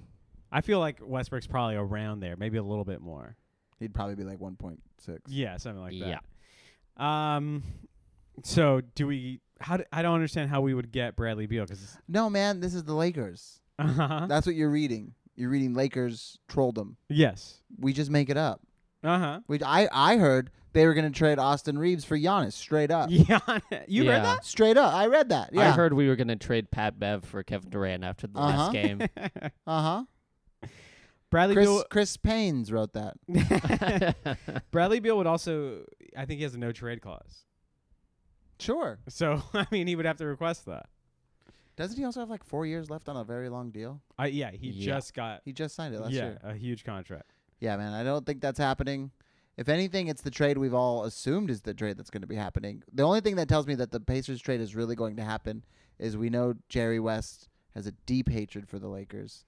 I feel like Westbrook's probably around there, maybe a little bit more.
He'd probably be like one point six.
Yeah, something like that. Yeah. Um. So do we? How do, I don't understand how we would get Bradley Beal because.
No, man, this is the Lakers.
Uh huh.
That's what you're reading. You're reading Lakers trolled them.
Yes.
We just make it up.
Uh huh.
We I I heard they were gonna trade Austin Reeves for Giannis. Straight up.
Yeah. You
yeah.
read that?
Straight up. I read that. Yeah.
I heard we were gonna trade Pat Bev for Kevin Durant after the
Uh-huh.
last game.
Uh huh.
Bradley
Chris Chris Payne's wrote that.
Beal. Bradley Beal would also. I think he has a no trade clause.
Sure.
So I mean, he would have to request that.
Doesn't he also have like four years left on a very long deal?
I yeah. He
Yeah.
just got
He just signed it last
yeah
year.
a huge contract.
Yeah, man. I don't think that's happening. If anything, it's the trade we've all assumed is the trade that's going to be happening. The only thing that tells me that the Pacers trade is really going to happen is we know Jerry West has a deep hatred for the Lakers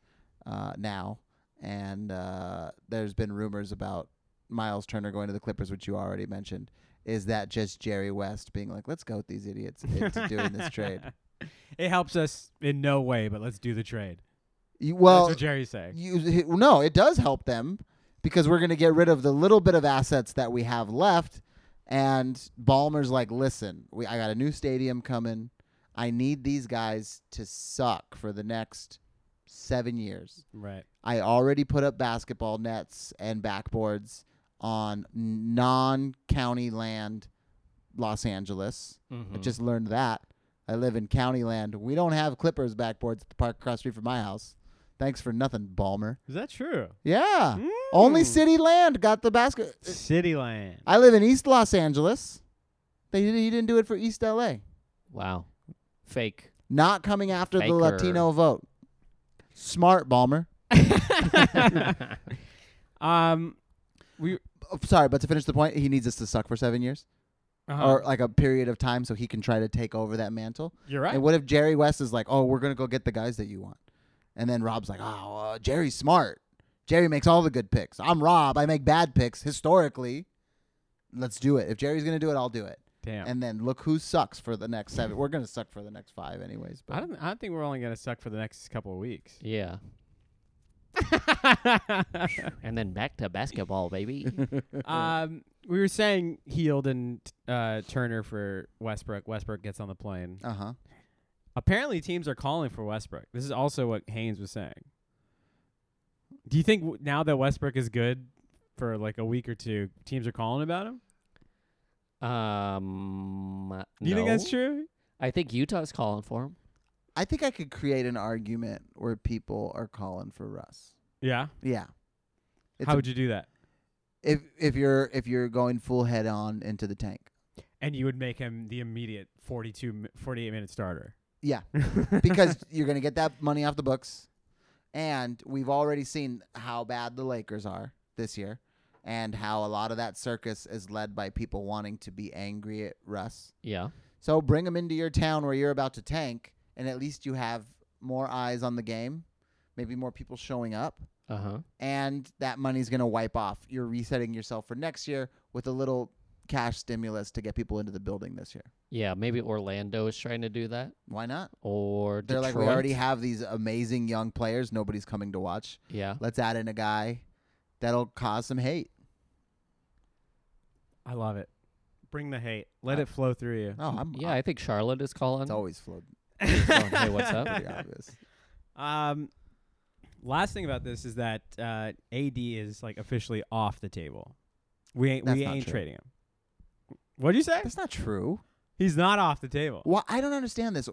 uh, now, and uh, there's been rumors about Miles Turner going to the Clippers, which you already mentioned. Is that just Jerry West being like, "Let's go with these idiots into doing this trade"?
It helps us in no way, but let's do the trade.
You, well,
That's what Jerry's saying.
You, h- no, it does help them because we're going to get rid of the little bit of assets that we have left. And Ballmer's like, listen, we, I got a new stadium coming. I need these guys to suck for the next seven years.
Right.
I already put up basketball nets and backboards on non county land Los Angeles. I
Mhm.
just learned that. I live in county land. We don't have Clippers backboards at the park across the street from my house. Thanks for nothing, Ballmer.
Is that true?
Yeah. Only
Mm.
city land got the basket.
City Land.
I live in East Los Angeles. They he didn't do it for East LA.
Wow. Fake.
Not coming after the
Faker.
Latino vote. Smart Balmer.
um,
Oh, sorry, but to finish the point, he needs us to suck for seven years
uh-huh.
or like a period of time so he can try to take over that mantle.
you're right.
And what if Jerry West is like, "Oh, we're gonna go get the guys that you want," and then Rob's like, "Oh, uh, Jerry's smart. Jerry makes all the good picks. I'm Rob. I make bad picks historically. Let's do it. If Jerry's gonna do it, I'll do it."
Damn.
and then look who sucks for the next seven. We're gonna suck for the next five, anyways.
I
But
don't. I don't think we're only gonna suck for the next couple of weeks.
Yeah. And then back to basketball, baby.
um, we were saying Heald and uh, Turner for Westbrook. Westbrook gets on the plane.
uh huh.
Apparently, teams are calling for Westbrook. This is also what Haynes was saying. Do you think w- now that Westbrook is good for like a week or two, teams are calling about him?
Um,
Do you think that's
no.
true?
I think Utah's calling for him.
I think I could create an argument where people are calling for Russ.
Yeah.
Yeah. It's
How
a-
would you do that?
if if you're if you're going full head on into the tank?
And you would make him the immediate 42, mi- 48 minute starter.
Yeah, because you're gonna get that money off the books, and we've already seen how bad the Lakers are this year, and how a lot of that circus is led by people wanting to be angry at Russ.
Yeah.
So bring them into your town where you're about to tank, and at least you have more eyes on the game, maybe more people showing up,
Uh huh.
and that money's going to wipe off. You're resetting yourself for next year with a little cash stimulus to get people into the building this year.
Yeah. Maybe Orlando is trying to do that,
Why not?
or
They're like, we
Detroit.
already have these amazing young players. Nobody's coming to watch.
Yeah.
Let's add in a guy that'll cause some hate.
I love it. Uh, Bring the hate. Let
I-
it flow through you.
Oh, I'm,
Yeah, I think Charlotte is calling.
it's always flowed
going, "Hey, what's up?"
pretty obvious.
Um, last thing about this is that uh, AD is like officially off the table. We ain't
That's
we
not
ain't
true.
trading him. What'd you say?
That's not true.
He's not off the table.
Well, I don't understand this.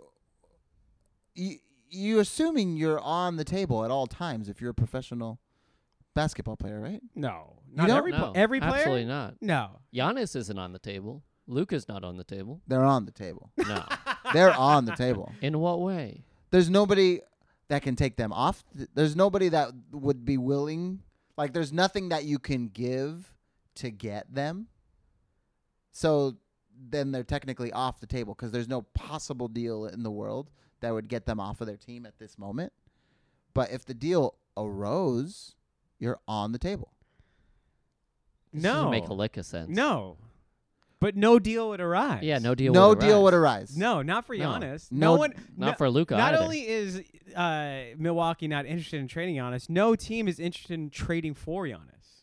You, you assuming you're on the table at all times if you're a professional basketball player, right?
No, not
don't?
every pla-
no,
every player.
absolutely not.
No,
Giannis isn't on the table. Luca's not on the table.
They're on the table.
No.
They're on the table.
In what way?
There's nobody that can take them off. th- There's nobody that would be willing. Like, there's nothing that you can give to get them. So then they're technically off the table because there's no possible deal in the world that would get them off of their team at this moment. But if the deal arose, you're on the table.
This
no,
doesn't make a lick of sense.
no. But no deal would arise.
Yeah, no deal.
no
would
deal
arise.
would arise.
No, not for
No.
Giannis. No,
No-
one.
Not
no-
for Luca.
Not
either.
only is uh, Milwaukee not interested in trading Giannis, no team is interested in trading for Giannis.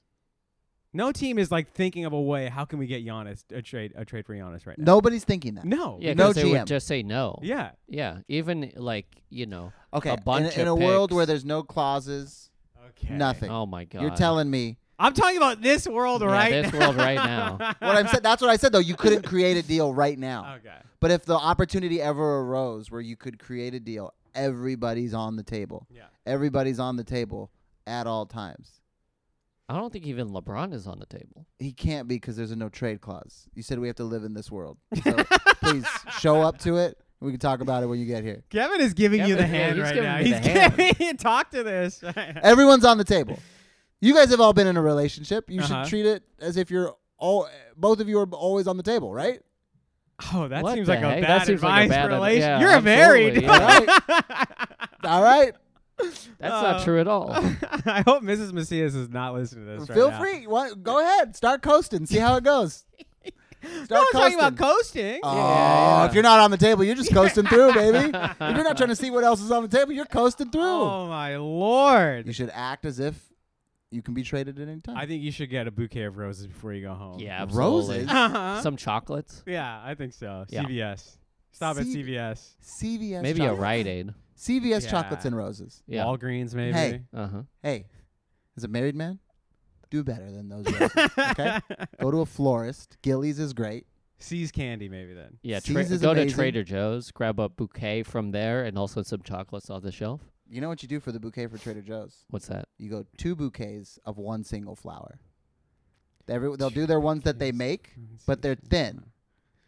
No team is like thinking of a way. How can we get Giannis a trade a trade for Giannis right now?
Nobody's thinking that.
No.
Yeah,
No
'cause they
GM.
would just say no.
Yeah.
Yeah, even like you know.
Okay.
A
in
bunch
in,
of
a world where
picks.
there's no clauses,
Okay.
nothing.
Oh my god.
You're telling me
I'm talking about this world
Yeah,
right.
this
now.
world right now.
what I'm said. That's what I said though. You couldn't create a deal right now.
Okay.
But if the opportunity ever arose where you could create a deal, everybody's on the table.
Yeah.
Everybody's on the table at all times.
I don't think even LeBron is on the table.
He can't be because there's a no trade clause. You said we have to live in this world. So please show up to it. We can talk about it when you get here.
Kevin is giving you the
Kevin- yeah,
hand
he's
right
giving
now.
me
He's
the hand.
giving talk to this.
Everyone's on the table. You guys have all been in a relationship. You
Uh-huh.
should treat it as if you're all. Both of you are always on the table, right?
oh, that
What
seems
the
like a
heck? That
bad
seems like a
advice
bad ad-
relation.
yeah,
You're married.
absolutely, yeah.
All right.
That's
Uh,
not true at all.
I hope Mrs. Macias is not listening to this. right
Feel
now.
free. Why, go ahead. Start coasting. See how it goes.
No,
Start
I'm talking about coasting.
Oh,
yeah.
if you're not on the table, you're just coasting through, baby. If you're not trying to see what else is on the table, you're coasting through.
Oh my lord!
You should act as if you can be traded at any time.
I think you should get a bouquet of roses before you go home.
yeah,
Roses?
absolutely.
Uh-huh.
Some chocolates.
yeah, I think so.
Yeah.
CVS. Stop at
C-
CVS.
CVS.
Maybe a
chocolates.
Rite Aid.
CVS
Yeah.
chocolates and roses.
Yeah.
Walgreens, maybe.
Hey.
Uh huh.
Hey, as a married man, do better than those roses. Okay. go to a florist. Gillies is great.
Sees candy, maybe then.
Yeah. Tra-
Seas is
go to
amazing.
Trader Joe's, grab a bouquet from there, and also some chocolates off the shelf.
You know what you do for the bouquet for Trader Joe's?
What's that?
You go two bouquets of one single flower. Every, they'll do their ones that they make. But they're thin.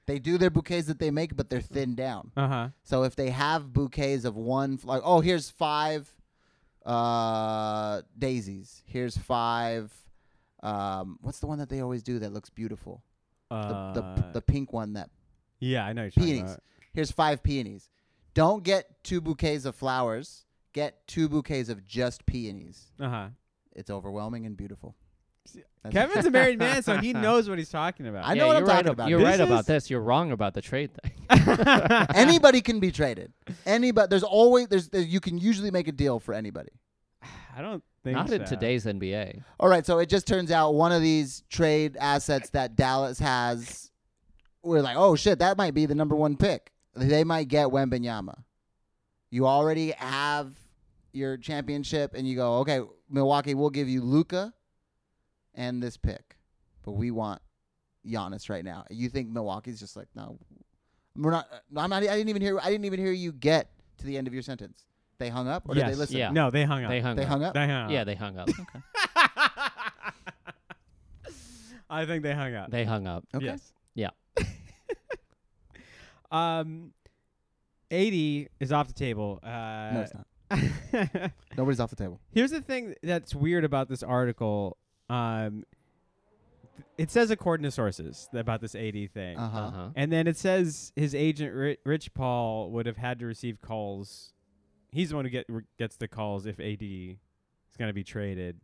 They do their bouquets that they make, but they're thinned down.
Uh huh.
So if they have bouquets of one, like, oh, here's five uh, daisies. Here's five. Um, what's the one that they always do that looks beautiful? The, the,
Uh,
the pink one that.
yeah, I know what you're talking
peonies.
about.
Here's five peonies. Don't get two bouquets of flowers. Get two bouquets of just peonies.
Uh huh.
It's overwhelming and beautiful.
See,
That's-
Kevin's a married man, so he knows what he's talking about.
I know what
you're
I'm
right
talking
ab-
about.
You're
This
right
is-
about this. You're wrong about the trade thing.
anybody can be traded. Anybody. There's always there's there, you can usually make a deal for anybody.
I don't think
Not
so.
in today's NBA.
All right, so it just turns out one of these trade assets that Dallas has, we're like, oh shit, that might be the number one pick. They might get Wembenyama. You already have your championship, and you go, okay, Milwaukee, we'll give you Luca and this pick, but we want Giannis right now. You think Milwaukee's just like, no, we're not. I'm not. I didn't even hear. I didn't even hear you get to the end of your sentence. They hung up, or
yes.
did they listen?
Yeah.
No, they hung up.
They hung
They
up.
hung up.
They hung up.
Yeah, they hung up.
I think they hung up.
they hung up.
Okay.
Yes.
Yeah.
um, eighty is off the table. Uh,
No, it's not. Nobody's off the table.
Here's the thing that's weird about this article. Um, th- it says according to sources th- about this eighty thing,
Uh huh.
Uh huh.
and then it says his agent Ri- Rich Paul would have had to receive calls. He's the one who get re- gets the calls if AD is going to be traded.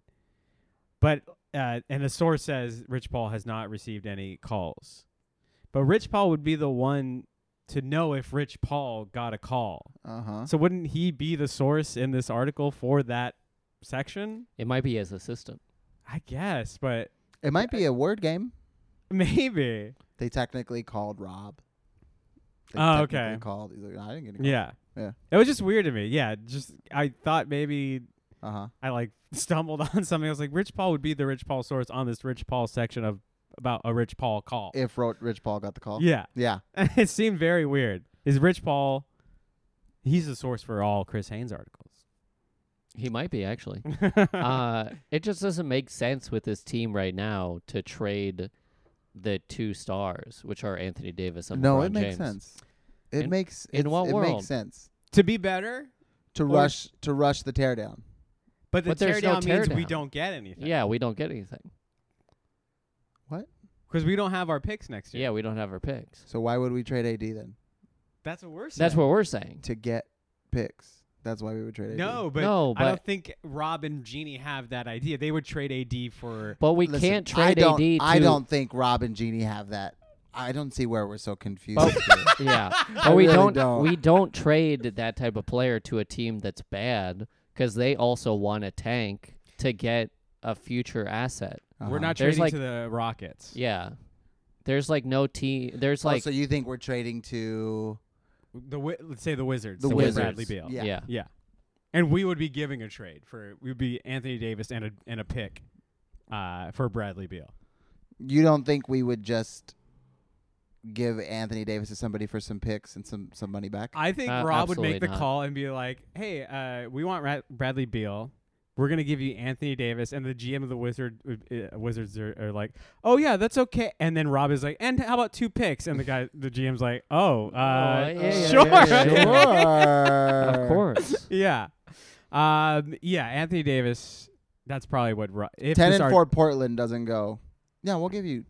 But uh, and a source says Rich Paul has not received any calls. But Rich Paul would be the one to know if Rich Paul got a call.
Uh-huh.
Uh huh.
So wouldn't he be the source in this article for that section?
It might be his assistant.
I guess, but
It might be a word game.
maybe.
They technically called Rob. They
Oh,
technically
okay.
Called. He's like, I didn't get any
Yeah.
Yeah.
It was just weird to me. Yeah, just I thought maybe
Uh huh.
I like stumbled on something. I was like, Rich Paul would be the Rich Paul source on this Rich Paul section of about a Rich Paul call.
If Ro- Rich Paul got the call.
Yeah,
Yeah.
it seemed very weird. Is Rich Paul? He's the source for all Chris Haynes articles.
He might be actually. uh, it just doesn't make sense with this team right now to trade the two stars, which are Anthony Davis and
no,
LeBron
it makes
James.
sense. It
In-
makes
in
it's-
what
it
world?
makes sense
to be better,
to
Or-
rush to rush the teardown.
but the
But there's no
teardown means we
teardown.
don't get anything.
Yeah, we don't get anything.
because we don't have our picks next year.
Yeah, we don't have our picks.
So why would we trade AD then
that's what we're saying.
That's what we're saying.
to get picks? That's why we would trade AD.
No, but,
No,
I don't
but-
think Rob and Jeannie have that idea. They would trade AD for.
But we
Listen,
can't
I
trade
don't,
AD. To,
I don't think Rob and Jeannie have that. I don't see where we're so confused. here.
yeah,
I
but we
really
don't,
don't.
We don't trade that type of player to a team that's bad because they also want a tank to get a future asset.
Uh-huh.
We're not
There's
trading
like-
to the Rockets.
Yeah, there's like no team. There's
Oh,
like
so you think we're trading to
The wi- let's say the Wizards.
The
with
Wizards.
Bradley Beal.
Yeah.
yeah.
Yeah. And we would be giving a trade for we would be Anthony Davis and a and a pick uh, for Bradley Beal.
you don't think we would just give Anthony Davis to somebody for some picks and some some money back?
I think
Uh,
Rob would make the
absolutely not.
call and be like, "Hey, uh, we want Ra- Bradley Beal. We're gonna give you Anthony Davis." And the GM of the Wizard would- uh, Wizards are, are like, "Oh yeah, that's okay." And then Rob is like, "And how about two picks?" And the guy, the GM's like, "Oh, uh,
yeah, yeah,
sure,
yeah, yeah, yeah.
Sure.
of course.
yeah, um, yeah." Anthony Davis. That's probably what. Ro- if
Ten
this
and
are-
four Portland doesn't go. Yeah, we'll give you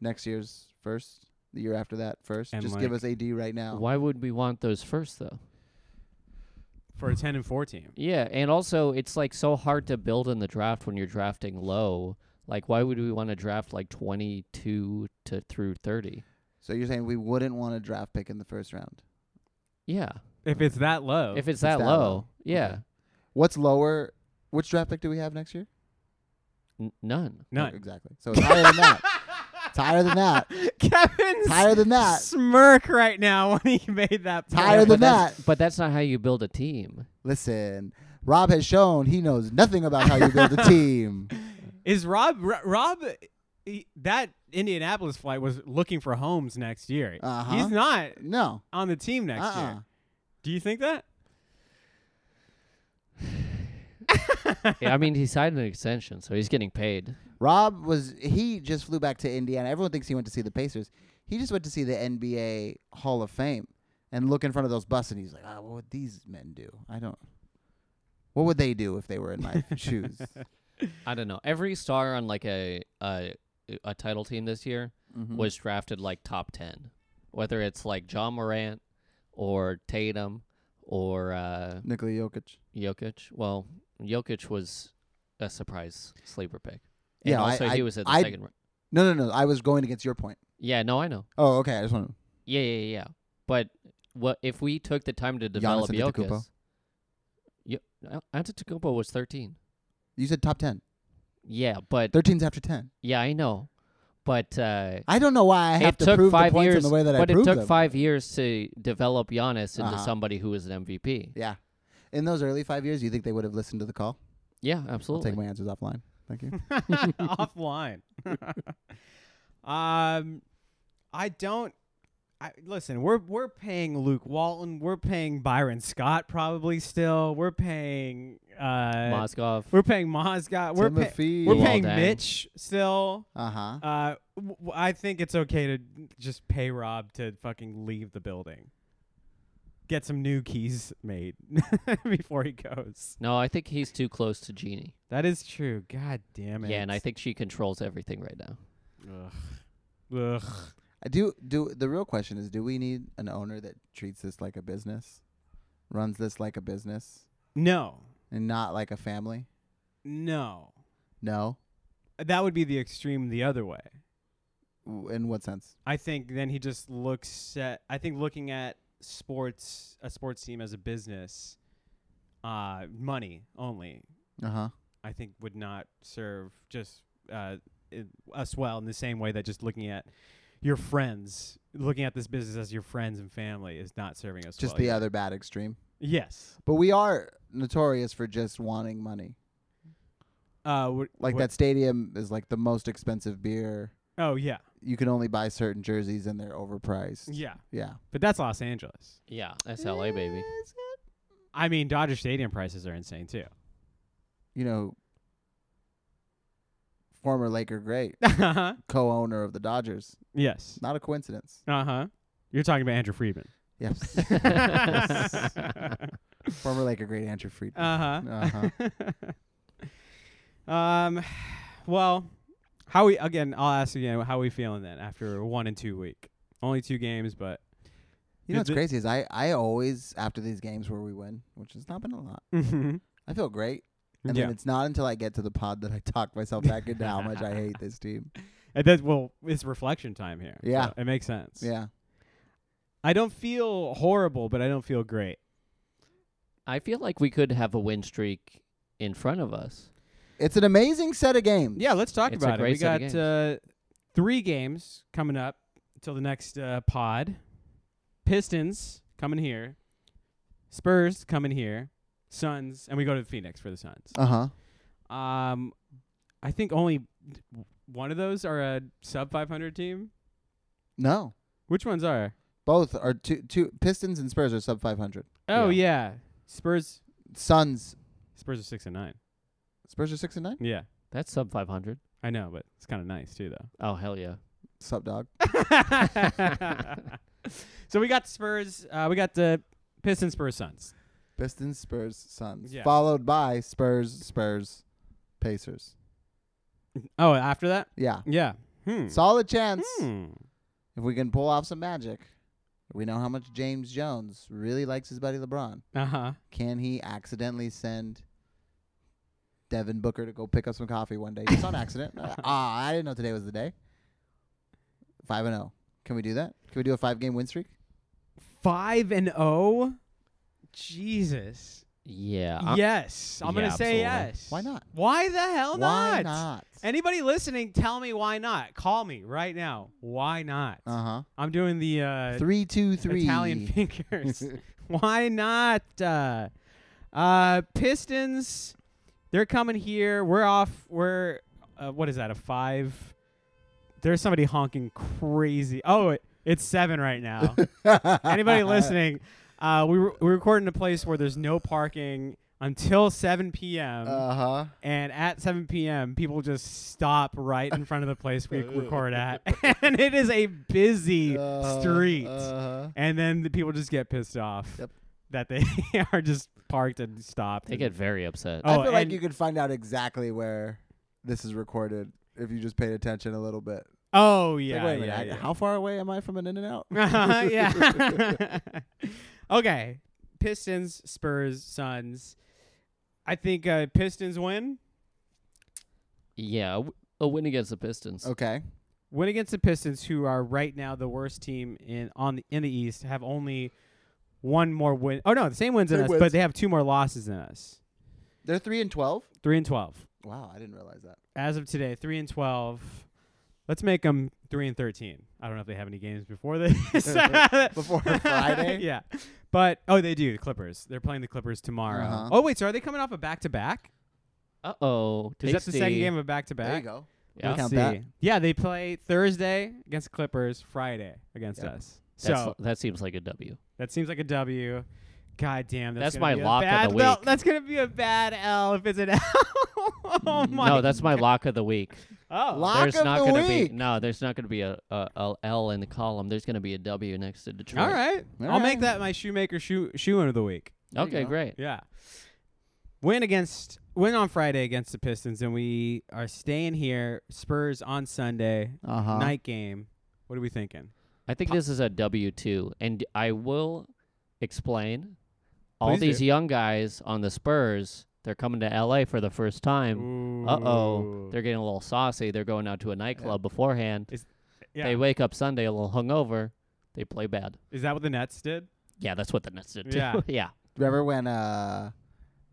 next year's first, the year after that first.
And
just give
like-
us AD right now.
Why would we want those first though?
for a ten and four team.
Yeah, and also it's like so hard to build in the draft when you're drafting low. Like, why would we want to draft like 22 to through 30?
So you're saying we wouldn't want a draft pick in the first round?
Yeah,
If it's that low,
if it's Oh, that,
that
low,
low.
yeah,
Okay. What's lower? Which draft pick do we have next year?
N- none.
none.
Exactly. So it's higher than that. It's higher than that.
Kevin's
It's higher than that.
smirk right now when he made that.
Higher
point.
but
than
that's-
that.
But that's not how you build a team.
Listen, Rob has shown he knows nothing about how you build a team.
Is Rob Ro- Rob he- that Indianapolis flight was looking for homes next year.
Uh-huh.
He's not
No.
on the team next
uh-uh.
year. Do you think that?
Yeah, I mean, he signed an extension, so he's getting paid.
Rob was he just flew back to Indiana. Everyone thinks he went to see the Pacers. He just went to see the NBA Hall of Fame and look in front of those buses and he's like, ah, what would these men do? I don't what would they do if they were in my shoes?
I don't know. Every star on like a a, a title team this year
Mhm.
was drafted like top 10, whether it's like John Morant or Tatum or uh,
Nikola Jokic.
Jokic. Well, Jokic was a surprise sleeper pick. And
Yeah, I-
also
I-
he was at the
I-
second round.
No, no, no. I was going against your point.
Yeah, no, I know.
Oh, okay. I just want to
Yeah, yeah, yeah. yeah. But what if we took the time to develop
Antetokounmpo.
Jokic? Yo- An- Antetokounmpo was 13.
You said top 10.
Yeah, but
13's after 10.
yeah, I know. But uh,
I don't know why I have
it
to
took
prove the
five
points
years.
in the way that I
but
proved
it took
them.
five years to develop Giannis into
Uh-huh.
somebody who was an MVP.
Yeah. In those early 5 years, you think they would have listened to the call?
Yeah,
I'll
absolutely.
take my answers offline. Thank you.
Offline. um, I don't. I, listen, we're we're paying Luke Walton. We're paying Byron Scott probably still. We're paying uh,
Mozgov.
We're paying Mozgov. We're, pay-
Timothy.
we're paying
Walden.
Mitch still.
Uh-huh.
Uh, w- w- I think it's okay to just pay Rob to fucking leave the building. Get some new keys made before he goes.
No, I think he's too close to Genie.
That is true. God damn it.
Yeah, and I think she controls everything right now.
Ugh. Ugh.
I do do the real question is do we need an owner that treats this like a business? Runs this like a business
No.
and not like a family?
No.
No.
That would be the extreme the other way.
W- In what sense?
I think then he just looks at. I think looking at sports, a sports team as a business, uh, money only
Uh-huh.
I think would not serve just uh, i us well in the same way that just looking at your friends, looking at this business as your friends and family is not serving us
Just
well.
the
either.
other bad extreme.
Yes.
But we are notorious for just wanting money.
Uh, wh-
Like
wh-
that stadium is like the most expensive beer.
Oh, yeah.
You can only buy certain jerseys and they're overpriced.
Yeah.
Yeah.
But that's Los Angeles. Eh.
Yeah, that's LA, baby.
I mean, Dodger Stadium prices are insane, too.
you know, former Laker great,
Uh-huh.
co-owner of the Dodgers.
yes.
Not a coincidence.
Uh huh. You're talking about Andrew Friedman.
Yes. former Laker great Andrew Friedman.
Uh-huh.
Uh-huh.
um, well, how we again? I'll ask again. How we feeling then after one and two week? Only two games, but
you know what's
Did the-
crazy is I I always after these games where we win, which has not been a lot, I feel great. And
yeah.
then it's not until I get to the pod that I talk myself back into how much I hate this team.
And then, well, it's reflection time here. so
Yeah.
it makes sense.
Yeah.
I don't feel horrible, but I don't feel great.
I feel like we could have a win streak in front of us.
It's an amazing set of games.
Yeah, let's talk
It's a
about it.
great
We
set
got
of games.
uh, three games coming up till the next uh, pod. Pistons coming here, Spurs coming here, Suns, and we go to Phoenix for the Suns.
Uh huh.
Um, I think only one of those are a sub 500 team.
No.
Which ones are?
Both are two two Pistons and Spurs are sub five hundred.
Oh yeah, Spurs.
Suns
Spurs are six and nine.
Spurs are six and nine?
Yeah,
That's sub 500.
I know, but it's kind of nice too, though.
Oh, hell yeah.
Sub dog.
so we got Spurs. Uh, we got the Pistons, Spurs, Suns.
Pistons, Spurs, Suns.
Yeah.
Followed by Spurs, Spurs, Pacers.
Oh, after that,
Yeah.
yeah. Hmm.
Solid chance.
Hmm.
If we can pull off some magic. We know how much James Jones really likes his buddy LeBron.
Uh huh.
Can he accidentally send Devin Booker to go pick up some coffee one day? Just on accident. Ah, I didn't know today was the day. Five and oh. Can we do that? Can we do a five game win streak?
Five and oh. Jesus.
Yeah. I'm-
yes, I'm
yeah,
gonna say
absolutely.
yes.
Uh-huh. Why not?
Why the hell
Why not?
Anybody listening, tell me why not. Call me right now. Why not?
Uh
I'm doing the uh,
huh. Three two three.
Italian fingers. why not? Uh, uh, Pistons, they're coming here. We're off. We're uh, what is that? A five? There's somebody honking crazy. Oh, it, it's seven right now. Anybody listening? Uh, we re- we're recording in a place where there's no parking until 7 p.m.
Uh huh.
And at 7 p.m., people just stop right in front of the place we record at. And it is a busy
Uh,
street.
Uh-huh.
and then the people just get pissed off
Yep.
that they are just parked and stopped.
They
and-
get very upset.
Oh,
I feel like
and-
you could find out exactly where this is recorded if you just paid attention a little bit.
oh,
It's
yeah.
like, wait a minute,
yeah,
I-
yeah.
How far away am I from an In and Out?
Uh-huh, yeah. okay. Pistons, Spurs, Suns. I think uh, Pistons win.
yeah. A, w- a win against the Pistons.
Oh.
Okay.
Win against the Pistons, who are right now the worst team in on the, in the East, have only one more win. Oh no, the same wins than
Same
us,
wins.
but they have two more losses than us.
They're three and twelve.
Three and twelve
Wow, I didn't realize that.
as of today. Three and twelve. Let's make them three and thirteen. I don't know if they have any games before this.
Before Friday?
yeah. But oh, they do. The Clippers. They're playing the Clippers tomorrow.
Uh-huh.
Oh wait, so are they coming off a back to back?
Uh oh.
Is that the second game of back to
There you
back?
go.
Yeah.
Count that.
Yeah, they play Thursday against Clippers, Friday against
Yep.
us. So
That's, that seems like a W.
That seems like a W. God damn, that's,
That's
gonna
my
be a
lock of
bad
the
bel-
week.
That's gonna be a bad L if it's an L. oh my.
Mm, no, that's my lock of the week.
oh.
Lock
there's
of
not
the
gonna
week.
be no. There's not gonna be a, a, a L in the column. There's gonna be a W next to Detroit.
All right,
All
I'll make
right.
that my shoemaker shoe shoe in of the week.
There you
Okay,
go.
great.
Yeah. Win against win on Friday against the Pistons, and we are staying here. Spurs on Sunday
Uh
Uh-huh.
huh.
night game. What are we thinking?
I think this is a W two, and I will explain. All
Please do.
these young guys on the Spurs, they're coming to LA for the first time. Uh oh,
Ooh.
they're getting a little saucy. They're going out to a nightclub beforehand.
Yeah.
They wake up Sunday a little hungover. They play bad.
Is that what the Nets did?
Yeah, that's what the Nets did too.
Yeah.
yeah.
Remember when uh,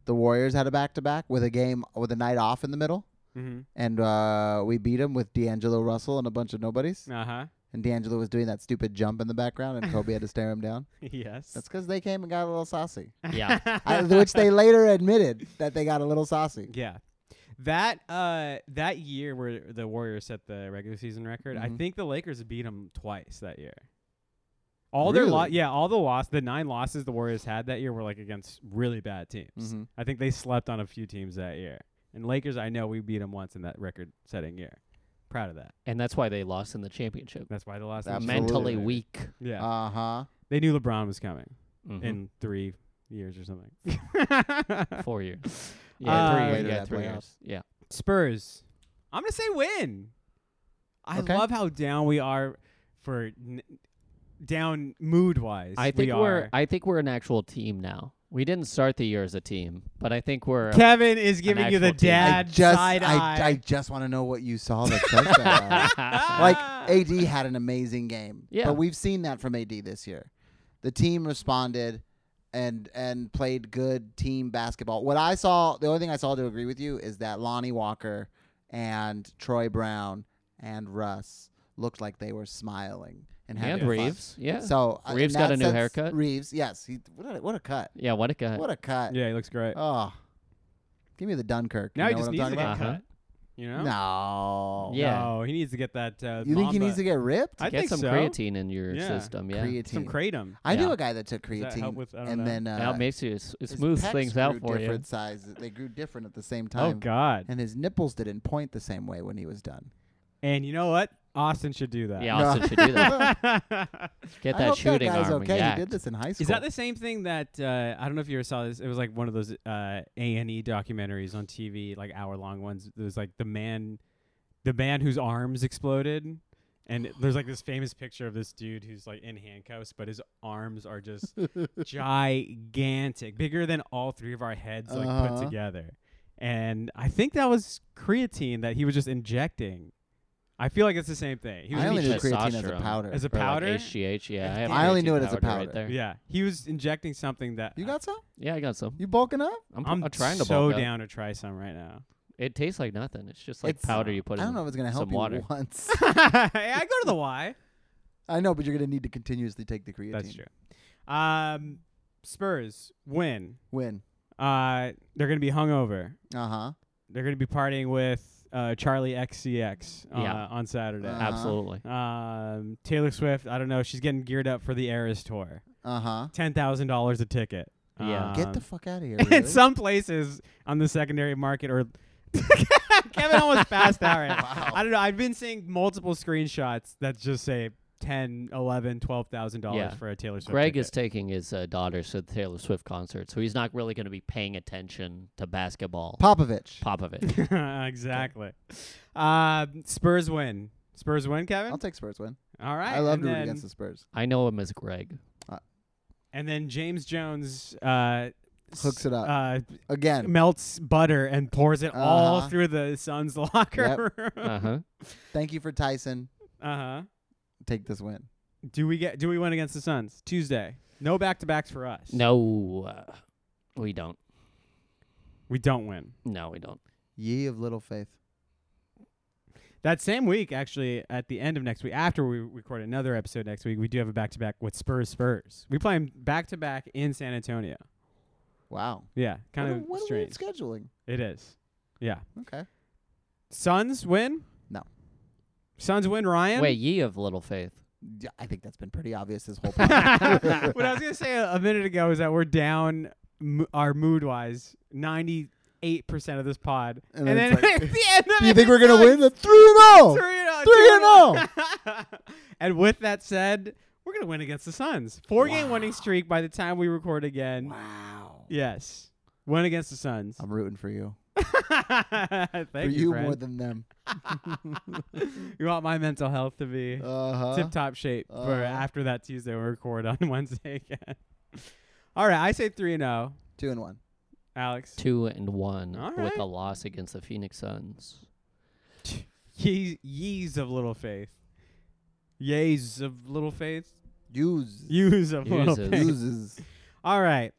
the Warriors had a back to back with a game with a night off in the middle,
Mm-hmm.
and uh, we beat them with D'Angelo Russell and a bunch of nobodies,
Uh huh.
and D'Angelo was doing that stupid jump in the background, and Kobe had to stare him down.
yes.
That's because they came and got a little saucy,
Yeah.
I, which they later admitted that they got a little saucy.
Yeah. That uh that year where the Warriors set the regular season record, I
Mm-hmm.
Mhm.
think the Lakers beat them twice that year. All their lo-
Really?
yeah, all the loss, the nine
Mm-hmm.
losses the Warriors had that year were like against really bad teams.
Mhm.
I think they slept on a few teams that year. And Lakers, I know we beat them once in that record-setting year. Proud of that.
and that's why they lost in the championship.
That's why they lost. in the
Absolutely.
Mentally
championship.
weak.
Yeah,
Uh huh.
they knew LeBron was coming
Mhm.
in three years or something.
four years. Yeah,
Uh,
three
Later
years. Yeah,
that
three
playoffs.
years. Yeah.
Spurs. I'm gonna say win. I
Okay.
love how down we are for n- down mood wise.
I think
we
we are
are.
I think we're an actual team now. We didn't start the year as a team, but I think we're.
Kevin is giving you the
actual team. I
dad
I just,
side
I, I
eye.
just want to know what you saw that says that. like AD had an amazing game.
Yeah.
But we've seen that from AD this year. The team responded and and played good team basketball. What I saw, the only thing I saw to agree with you is that Lonnie Walker and Troy Brown and Russ looked like they were smiling and having
and
fun.
Reeves. Yeah.
So uh,
Reeves
in
got
that
a new
sense,
haircut.
Reeves, yes. He, what, a, what a cut!
yeah. What a guy.
What a cut!
Uh, yeah, he looks great.
Oh, give me the Dunkirk.
now
you
he
know
just
what
needs
I'm
to
talking
get
about? Uh-huh.
cut. You know?
about? No.
Yeah.
No, he needs to get that. Uh,
You think
Mamba.
he needs to get ripped?
I
Get
think
some
so.
creatine in your
Yeah.
system. Yeah.
Creatine.
Some kratom.
I knew
Yeah.
a guy that took creatine,
that help with- I don't
and
know.
then uh,
that makes you s- it
his
smooths
pecs
things out
grew
for you.
different sizes. They grew different at the same
Oh
time.
God.
And his nipples didn't point the same way when he was done.
And you know what? Austin should do that.
Yeah,
No.
Austin should do that. Get
I
that
hope
shooting
that guy's
arm. and
okay.
yak.
He did this in high school.
Is that the same thing that uh, I don't know if you ever saw this? It was like one of those A and E documentaries on TV, like hour long ones. It was like the man, the man whose arms exploded, and there's like this famous picture of this dude who's like in handcuffs, but his arms are just gigantic, bigger than all three of our heads like put
Uh-huh.
together. And I think that was creatine that he was just injecting. I feel like it's the same thing. He was
I only
eating
knew creatine as a
testosterone.
powder.
as a
Or like
powder.
HGH. Yeah. have
I only knew it as a
creatine powder.
powder.
Right there.
yeah, he was injecting something that
you got some?
Yeah, I got some.
You bulking up?
I'm,
I'm
I'm trying to
so
bulk up.
down to try some right now.
It tastes like nothing. It's just like
It's-
powder you put
I
in.
don't know if it's gonna help
some
you
water.
once.
hey, I go to the Y.
I know, but you're gonna need to continuously take the creatine.
That's true. Um, Spurs win.
Win.
Uh, they're gonna be hungover.
Uh huh.
They're gonna be partying with uh, Charlie XCX uh,
Yeah. Uh.
on Saturday.
Uh-huh.
Absolutely.
um, Taylor Swift. I don't know. She's getting geared up for the Eras tour.
Uh huh.
Ten thousand dollars a ticket.
Yeah.
Get the
Um,
fuck out of here.
in
really.
some places on the secondary market or Kevin almost passed out right now.
Wow.
I don't know. I've been seeing multiple screenshots that just say ten, eleven, twelve thousand dollars
Yeah.
for a Taylor Swift.
Greg is
ticket.
taking his uh, daughters to the Taylor Swift concert, so he's not really going to be paying attention to basketball.
Popovich.
Popovich.
exactly. Uh, Spurs win. Spurs win, Kevin.
I'll take Spurs win.
All right.
I love
and
rooting
then,
against the Spurs.
I know him as Greg.
And then James Jones uh,
Hooks it up.
Uh,
Again.
melts butter and pours it all
Uh-huh.
through the Suns locker room.
Uh huh.
Thank you for Tyson.
Uh huh.
Take this win.
Do we get? Do we win against the Suns Tuesday? No back to backs for us.
No, uh, we don't.
we don't win.
No, we don't.
Ye of little faith.
That same week, actually, at the end of next week, after we record another episode next week, we do have a back to back with Spurs. Spurs. We play them back to back in San Antonio.
Wow.
Yeah, kind
what
of
a, what a weird
strange.
scheduling.
It is. Yeah.
Okay.
Suns win.
No.
Suns win. Ryan.
Wait, ye of little faith.
Yeah, I think that's been pretty obvious this whole
what I
podcast.
was gonna say a, a minute ago is that we're down m- our mood wise ninety eight percent of this pod, and,
And
then,
then it's like,
at the end of
Do you
it,
think we're
it's
gonna
like,
win the three and zero?
Three and oh,
Three
and oh. And with that said, we're gonna win against the Suns. Four game winning streak by the time we record again.
Wow.
Yes, win against the Suns.
I'm rooting for you.
oh. Thank
for
you,
you,
friend.
more than them.
you want my mental health to be
Uh huh.
tip top shape for
Uh.
after that Tuesday we record on Wednesday again. All right, I say three and zero,
Two and one.
Alex.
Two and one
All
with
right.
a loss against the Phoenix Suns.
Ye- yees of little faith. Yeas of little faith.
Use.
Yous of little
Uses.
faith.
Uses.
All right.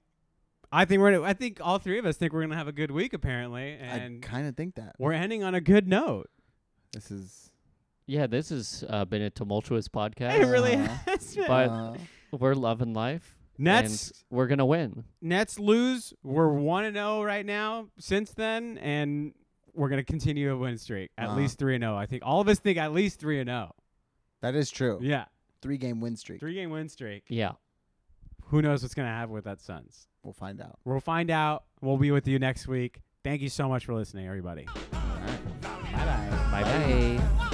I think we're. Gonna, I think all three of us think we're gonna have a good week apparently,
I
and
kind of think that
we're ending on a good note.
this is.
Yeah, this has uh, been a tumultuous podcast.
It really
Uh-huh.
has been.
But-
uh,
We're loving life.
Nets
And we're going to win.
Nets lose. We're one and zero right now. Since then, and we're gonna continue a win streak. At
Uh-huh.
least three and zero. I think all of us think at least three and zero.
that is true.
Yeah,
Three game win streak.
three game win streak.
Yeah.
Who knows what's gonna happen with that Suns?
We'll find out.
We'll find out. We'll be with you next week. Thank you so much for listening, everybody.
Bye bye.
Bye bye.